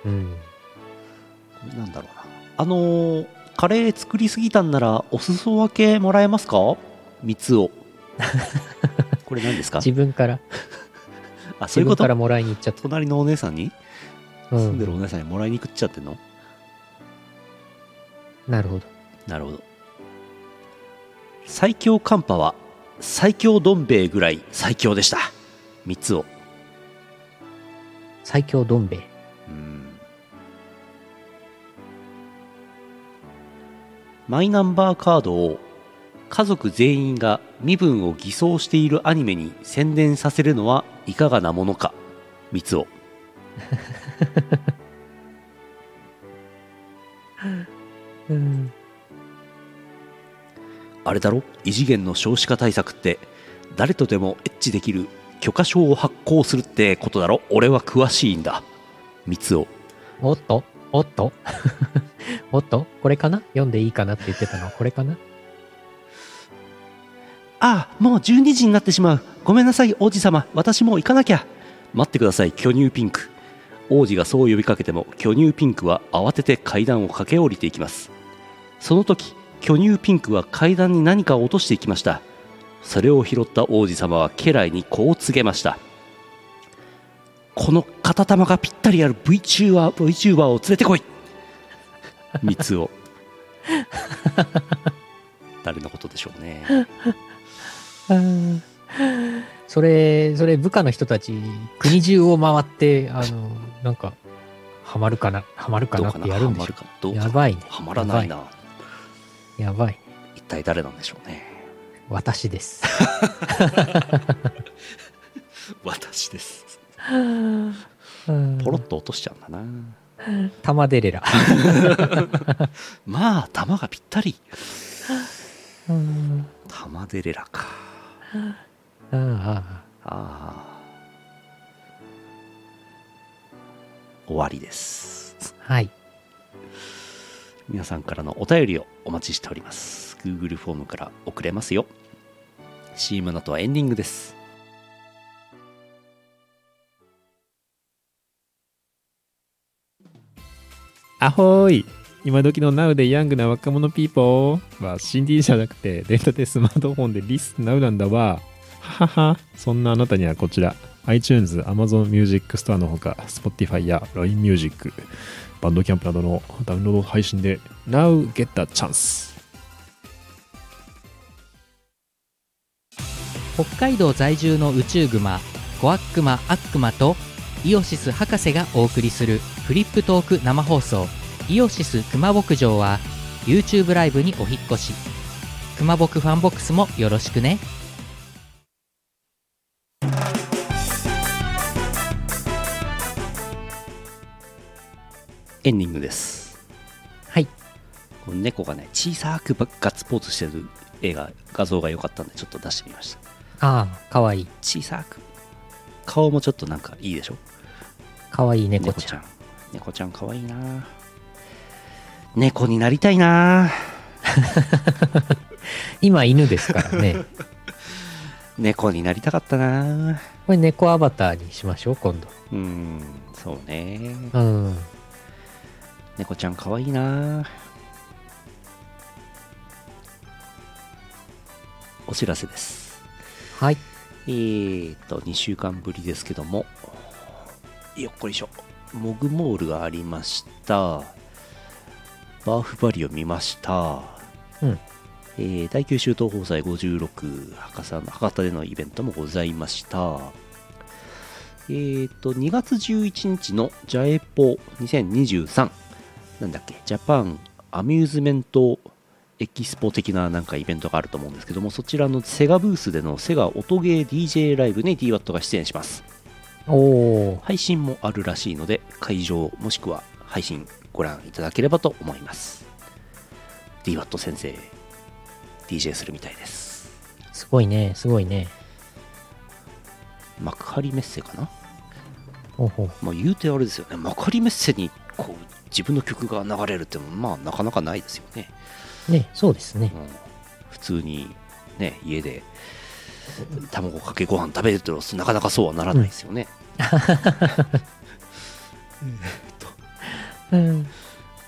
うん。なんだろうなあのーカレー作りすぎたんならお裾分けもらえますか三つお これ何ですか自分から、あ自そういうこ分とからもらいに行っちゃった。隣のお姉さんにう住んでるん。お姉さんにもらいに行くっちゃってんのなるほど。なるほど最強寒波は最強どん兵衛ぐらい最強でした三つお最強どん兵衛。うんマイナンバーカードを家族全員が身分を偽装しているアニメに宣伝させるのはいかがなものか三つおうん。あれだろ異次元の少子化対策って誰とでもエッチできる許可証を発行するってことだろ俺は詳しいんだ三つおおっとおっと おっとこれかな読んでいいかなって言ってたのはこれかなああもう12時になってしまうごめんなさい王子様私もう行かなきゃ待ってください巨乳ピンク王子がそう呼びかけても巨乳ピンクは慌てて階段を駆け下りていきますその時巨乳ピンクは階段に何かを落としていきましたそれを拾った王子様は家来にこう告げましたこの片玉がぴったりある VTuber, VTuber を連れて こい三つを誰のことでしょうねそれそれ部下の人たち国中を回ってあのなんかハマるかなハマるかどうなっかてなやるんでしょハマるかどうかやばいねはまらないなやばいね一体誰なんでしょうね私です私ですうんポロッと落としちゃうんだな玉デレラまあ玉がぴったりうん玉デレラかああああ終わりですはい皆さんからのお便りをお待ちしております Google フォームから送れますよ CM の後はエンディングですアホーい今時の Now でヤングな若者ピーポーは CD じゃなくてデータでスマートフォンでリスナウなんだわはははそんなあなたにはこちら iTunes、Amazon Music Store のほか、Spotify や LINE Music、バンドキャンプなどのダウンロード配信で Now Get a Chance! 北海道在住の宇宙グマコアックマアックマとイオシス博士がお送りするフリップトーク生放送「イオシス熊牧場」は YouTube ライブにお引っ越し熊牧ファンボックスもよろしくねエンディングですはいこの猫がね小さくばガッツポーズしてる絵が画像が良かったんでちょっと出してみましたああかわいい小さく顔もちょっとなんかいいでしょかわいい猫猫ちちゃんゃん猫ちゃんかわいいな猫になりたいな今犬ですからね猫になりたかったな これ猫アバターにしましょう今うんそうね度うん猫ちゃんかわいいなお知らせですはいえーと、2週間ぶりですけども、よっこいしょ、モグモールがありました。バーフバリを見ました。うんえー第9州東宝祭56博多博多でのイベントもございました。えーと、2月11日のジャエポ2023、なんだっけ、ジャパンアミューズメントエキスポ的ななんかイベントがあると思うんですけどもそちらのセガブースでのセガ音ゲー DJ ライブに DWAT が出演しますおお配信もあるらしいので会場もしくは配信ご覧いただければと思います DWAT 先生 DJ するみたいですすごいねすごいね幕張メッセかなおうほうまあ言うてあれですよね幕張メッセにこう自分の曲が流れるってのもまあなかなかないですよねねそうですねうん普通にね家で卵かけご飯食べてるとなかなかそうはならないですよね、うん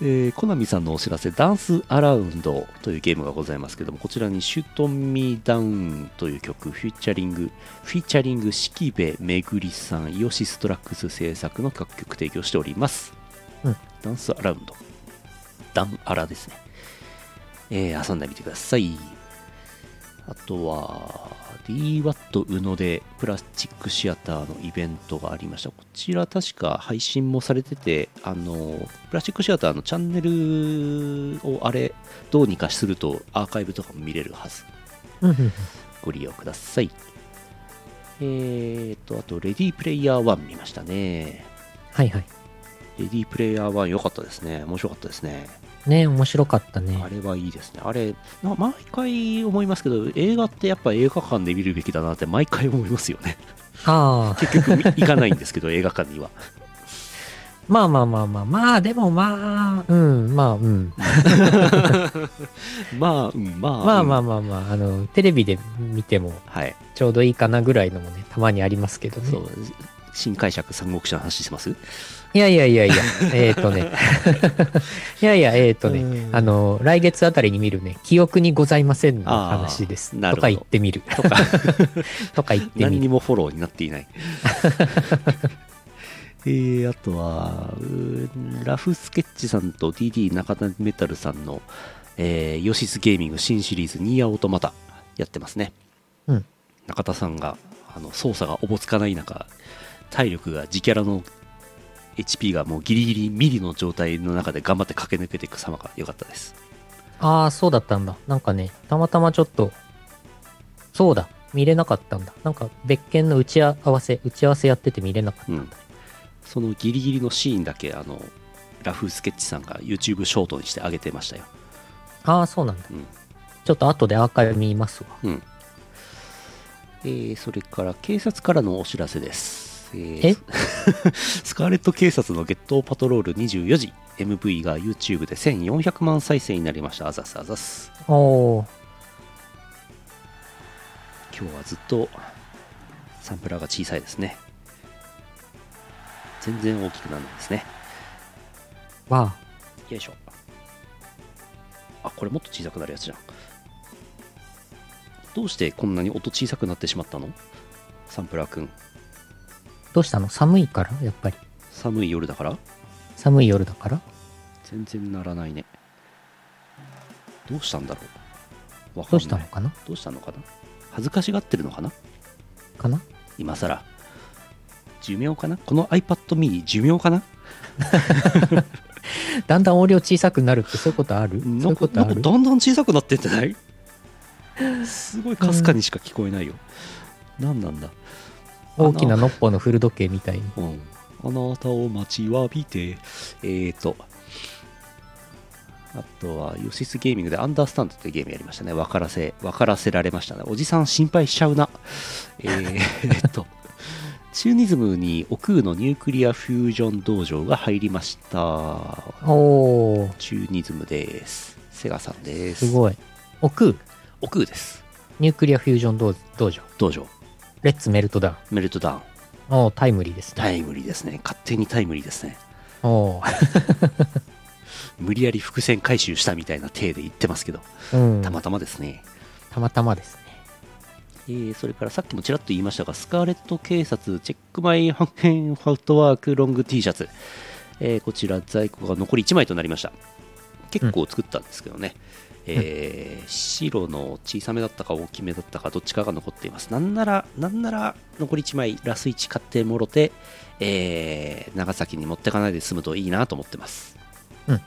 えーコナミさんのお知らせ「ダンスアラウンド」というゲームがございますけどもこちらに「シュートミーダウン」という曲フィーチャリングフィーチャリング式部めぐりさんイオシストラックス制作の楽曲提供しております、うんダンスアラウンドダンアラですねえー遊んでみてくださいあとは DWAT 宇野でプラスチックシアターのイベントがありました。こちら確か配信もされてて、あの、プラスチックシアターのチャンネルをあれ、どうにかするとアーカイブとかも見れるはず。うんうんご利用ください。えーと、あと、レディープレイヤー1見ましたね。はいはいレディープレイヤー1良かったですね。面白かったですね。ね面白かったねあれはいいですね。あれ、な毎回思いますけど、映画ってやっぱ映画館で見るべきだなって毎回思いますよね。ああ結局み行かないんですけど、映画館には。まあまあまあまあまあでもまあうんまあうん まあ、うん、ままあ、あまあ。あまあまああのテレビで見てもはい。ちょうどいいかなぐらいのもねたまにありますけどそねう。新解釈三国志の話してます いやいやいやいやえっとね いやいやえっ、とねうんあの来月あたりに見るね記憶にございませんのあー話ですなるとほどか言ってみるとか、 とか言ってみ何るにもフォローになっていない。 えー、あとは、うーラフスケッチさんと DD 中田メタルさんの、えー、ヨシスゲーミング新シリーズニーアオートマタやってますね。うん中田さんが、あの、操作がおぼつかない中、体力が自キャラの HP がもうギリギリミリの状態の中で頑張って駆け抜けていく様が良かったです。ああそうだったんだなんかねたまたまちょっとそうだ見れなかったんだなんか別件の打ち合わせ打ち合わせやってて見れなかったうん、そのギリギリのシーンだけあのラフスケッチさんが YouTube ショートにして上げてましたよ、ああそうなんだうんちょっと後でアーカイブ見ますわうんえーそれから警察からのお知らせです、ええー スカーレット警察の「ゲットパトロール24時」MV が YouTube で1400万再生になりましたあざすあざすおお今日はずっとサンプラーが小さいですね全然大きくならないですねわよいしょあこれもっと小さくなるやつじゃんどうしてこんなに音小さくなってしまったのサンプラーくんどうしたの寒いからやっぱり。寒い夜だから寒い夜だから全然ならないねどうしたんだろうわどかんないうしたのかなどうしたのかな恥ずかしがってるのかなかな今さら寿命かなこの iPad mini 寿命かなだんだん音量小さくなるってそういうことあるそうないんうこかとなあんかるだんだん小さくなってっ てないすごいかすかにしか聞こえないよ、何なんだ大きなノッポの古時計みたいに。うん、あなたを待ちわびて、えーと、あとは、ヨシスゲーミングでアンダースタンドってゲームやりましたね。分からせ、分からせられましたね。おじさん心配しちゃうな。えー っと、チューニズムにオクーのニュークリアフュージョン道場が入りました。おー、チューニズムです。セガさんです。すごい。奥、オクーです。ニュークリアフュージョン道道場。道場。レッツメルトダウン。メルトダウン。おー、タイムリーですね。タイムリーですね。勝手にタイムリーですね。おー、無理やり伏線回収したみたいな体で言ってますけど、うん。たまたまですね。たまたまですね。えーそれからさっきもちらっと言いましたが、スカーレット警察、チェックマイハンヘンファウトワークロング T シャツ、えーこちら在庫が残り1枚となりました。結構作ったんですけどね、えー白の小さめだったか大きめだったかどっちかが残っています。なんなら、なんなら残り1枚ラス1買ってもろて、えー長崎に持ってかないで済むといいなと思ってます。うん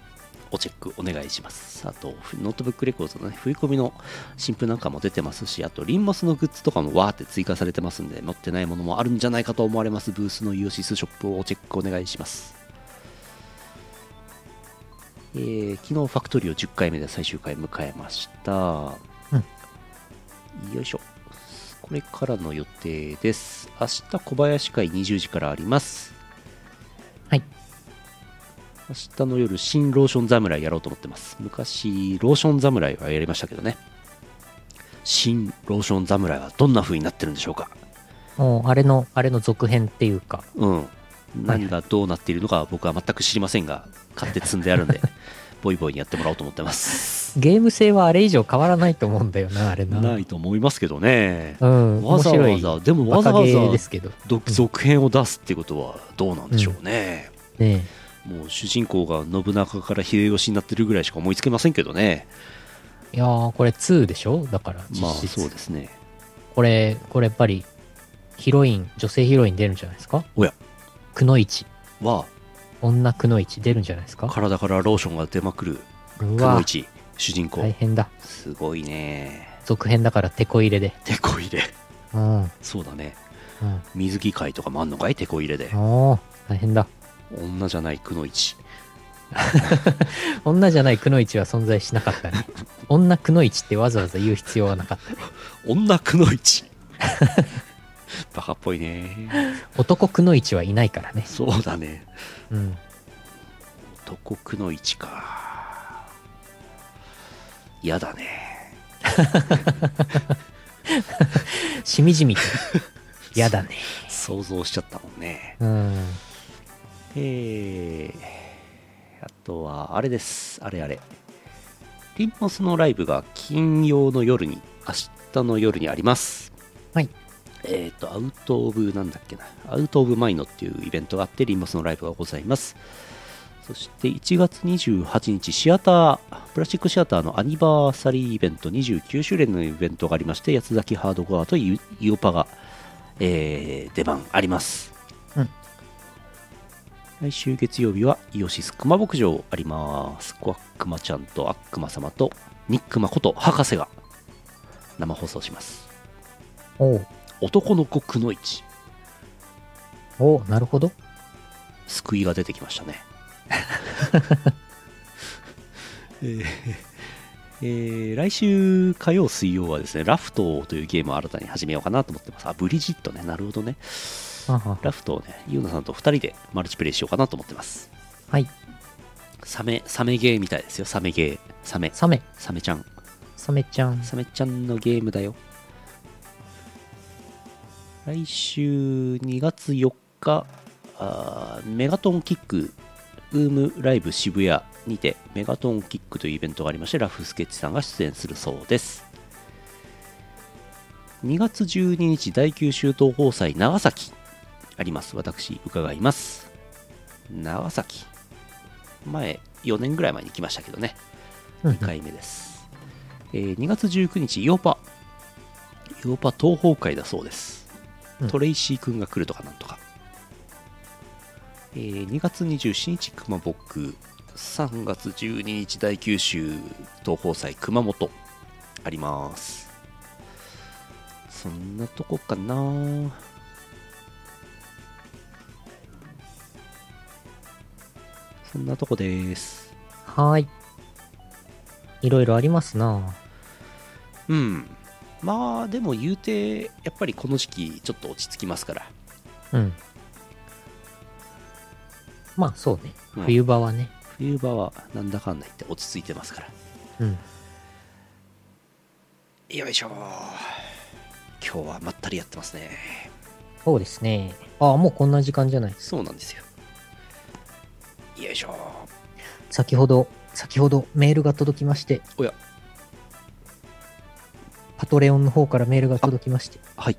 おチェックお願いします。あと、ノートブックレコードのね、冬込みの新譜なんかも出てますし、あと、リンモスのグッズとかもわーって追加されてますんで、持ってないものもあるんじゃないかと思われます。ブースのイオシスショップをチェックお願いします。えー昨日、ファクトリーを10回目で最終回迎えました。よいしょ。これからの予定です。明日、小林会20時からあります。はい。明日の夜、新ローション侍やろうと思ってます。昔、ローション侍はやりましたけどね。新ローション侍はどんな風になってるんでしょうかおー、あれの、あれの続編っていうか。うん。何がどうなっているのかは僕は全く知りませんが、買って積んである んで、ボイボイにやってもらおうと思ってます。ゲーム性はあれ以上変わらないと思うんだよな、あれな。ないと思いますけどね。うん、わ面ざ白わい。ざ、でもわバざカわゲーざですけど。ど続編を出すってことはどうなんでしょうね、ねもう主人公が信長から秀吉になってるぐらいしか思いつけませんけどねえいやー、これ2でしょだから、実質。まあそうですねこれ、これやっぱり、ヒロイン、女性ヒロイン出るんじゃないですかおや。くのいち。は女くのいち出るんじゃないですか体からローションが出まくるうくのわい、ち主人公、大変だ。すごいね続編だからテこ入れで。てこ入れうん。うん。そうだね水着会とかもあんのかいてこ入れでおー大変だ。女じゃないくのいち女じゃないくのいちは存在しなかったね。女くのいちってわざわざ言う必要はなかっ女くのいちバカっぽいねた。男くのいちはいないからね。そうだねうん。男くのいちか嫌だねしみじみと。やだね。想像しちゃったもんね。うん。えー、あとは、あれです。あれあれ。リンポスのライブが金曜の夜に、明日の夜にあります。はい。えっ、と、アウト・オブ、なんだっけな、アウト・オブ・マイノっていうイベントがあって、リンボスのライブがございます。そして1月28日、シアター、プラスチックシアターのアニバーサリーイベント、29周年のイベントがありまして、八つ崎ハードコアとイイオパが、えー出番あります。うん来週月曜日はイオシス熊牧場あります。コアックマちゃんとアックマ様とニックマこと博士が生放送します。おう男の子くのいち、おうなるほど。救いが出てきましたね。 えーえー来週火曜、水曜はですね、ラフトというゲームを新たに始めようかなと思ってます。あ、ブリジットね、なるほどね。はんはんラフトをね、ユーナさんと2人でマルチプレイしようかなと思ってます。はい。サメ、サメゲーみたいですよ、サメゲー。サメ、サメ。サメちゃん。サメちゃん。サメちゃんのゲームだよ。来週2月4日、あーメガトンキック、ウームライブ渋谷にて、メガトンキックというイベントがありまして、ラフスケッチさんが出演するそうです。2月12日、第9州東宝祭長崎。あります私伺います長崎前4年ぐらい前に来ましたけどねうん2回目です、えー2月19日ヨーパヨーパ東方会だそうです、うんトレイシー君が来るとかなんとか、えー2月27日熊僕3月12日大九州東方祭熊本ありますそんなとこかなそんなとこですはーい。いろいろありますなうんまあでも言うてやっぱりこの時期ちょっと落ち着きますから、うん。まあそうね。うん冬場はね。冬場はなんだかんだ言って落ち着いてますからうん。よいしょ今日はまったりやってますねそうですね。ああ、もうこんな時間じゃない。そうなんですよよいしょ先ほど、先ほどメールが届きまして。おや。パトレオンの方からメールが届きまして。はい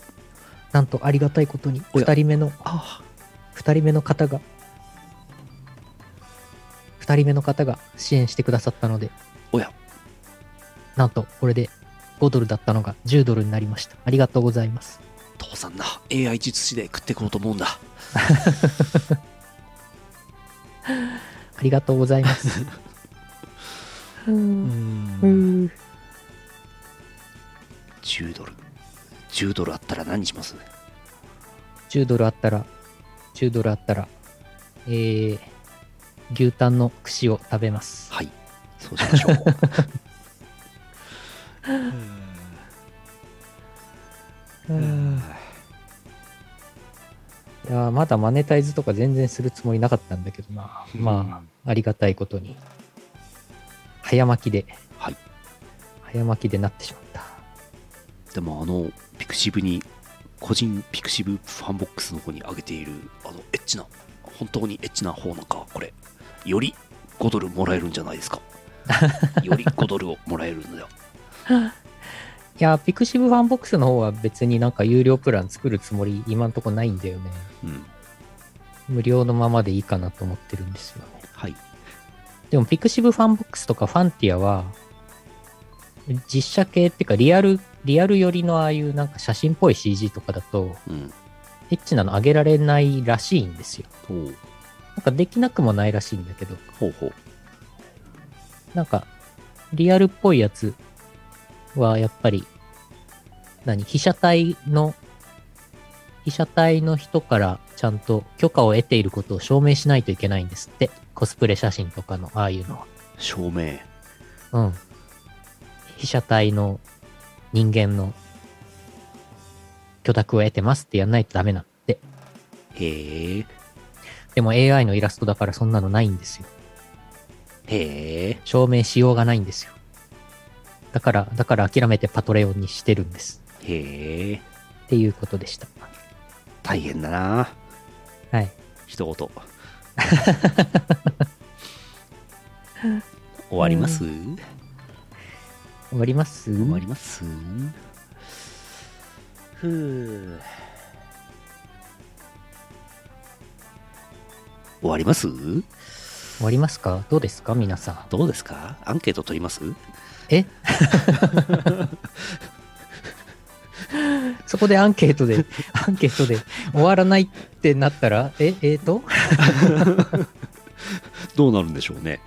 なんとありがたいことに、おや二人目の、あ二人目の方が、二人目の方が支援してくださったので、おやなんとこれで5ドルだったのが10ドルになりました。ありがとうございます。父さんな AI 術師で食ってこうと思うんだありがとうござい ます。ううんん10ドル10ドルあったら何します10ドルあったら、10ドルあったら、えー、牛タンの串を食べます。はいそうしま しょういやーまだマネタイズとか全然するつもりなかったんだけどな。まあ、ありがたいことに。早巻きで、はい早巻きでなってしまった。でもあのピクシブに個人ピクシブファンボックスの方に上げているあのエッチな本当にエッチな方なんかこれより5ドルもらえるんじゃないですかより5ドルをもらえるんだよいやー、ピクシブファンボックスの方は別になんか有料プラン作るつもり今んとこないんだよね。うん無料のままでいいかなと思ってるんですよね。はいでも、ピクシブファンボックスとかファンティアは、実写系っていうか、リアル、リアル寄りのああいうなんか写真っぽい CG とかだと、うんエッチなの上げられないらしいんですよ。ほうなんかできなくもないらしいんだけど、ほうほうなんか、リアルっぽいやつはやっぱり、何、被写体の、被写体の人からちゃんと許可を得ていることを証明しないといけないんですって。コスプレ写真とかのああいうのは。証明うん。被写体の人間の許諾を得てますってやんないとダメなんで。へえでも AI のイラストだからそんなのないんですよ。へえ証明しようがないんですよ。だから、だから諦めてパトレオンにしてるんです。へえっていうことでした。大変だなはい。一言終わります、終わります終わりますふう終わります終わりますかどうですか皆さん。どうですかアンケート取りますえ そこでアンケートで、アンケートで終わらないってなったら、え、えーとどうなるんでしょうね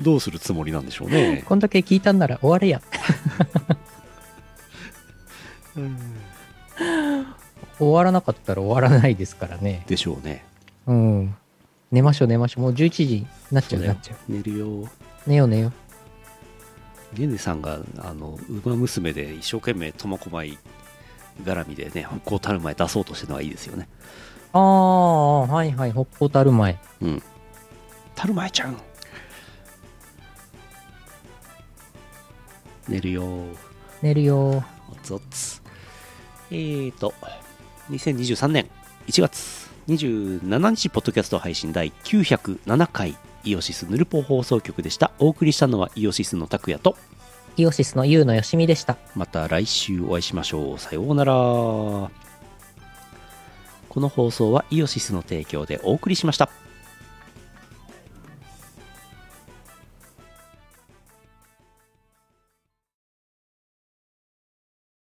どうするつもりなんでしょうねこんだけ聞いたんなら終われや。終わらなかったら終わらないですからね。でしょうねうん。寝ましょう寝ましょう。もう11時になっちそゃううだなよっちゃう。寝るよ寝よう寝よゲネさんがあの馬娘で一生懸命苫小牧絡みでね北高たる前出そうとしてるのはいいですよねう。ああ、はいはい。北方たる前。うんたるまえちゃん寝るよ寝るよ。おつおつえーと2023年1月27日ポッドキャスト配信第907回イオシスヌルポ放送局でしたお送りしたのはイオシスの拓也とイオシスのユウのよしみでした。また来週お会いしましょう。さようなら。この放送はイオシスの提供でお送りしました。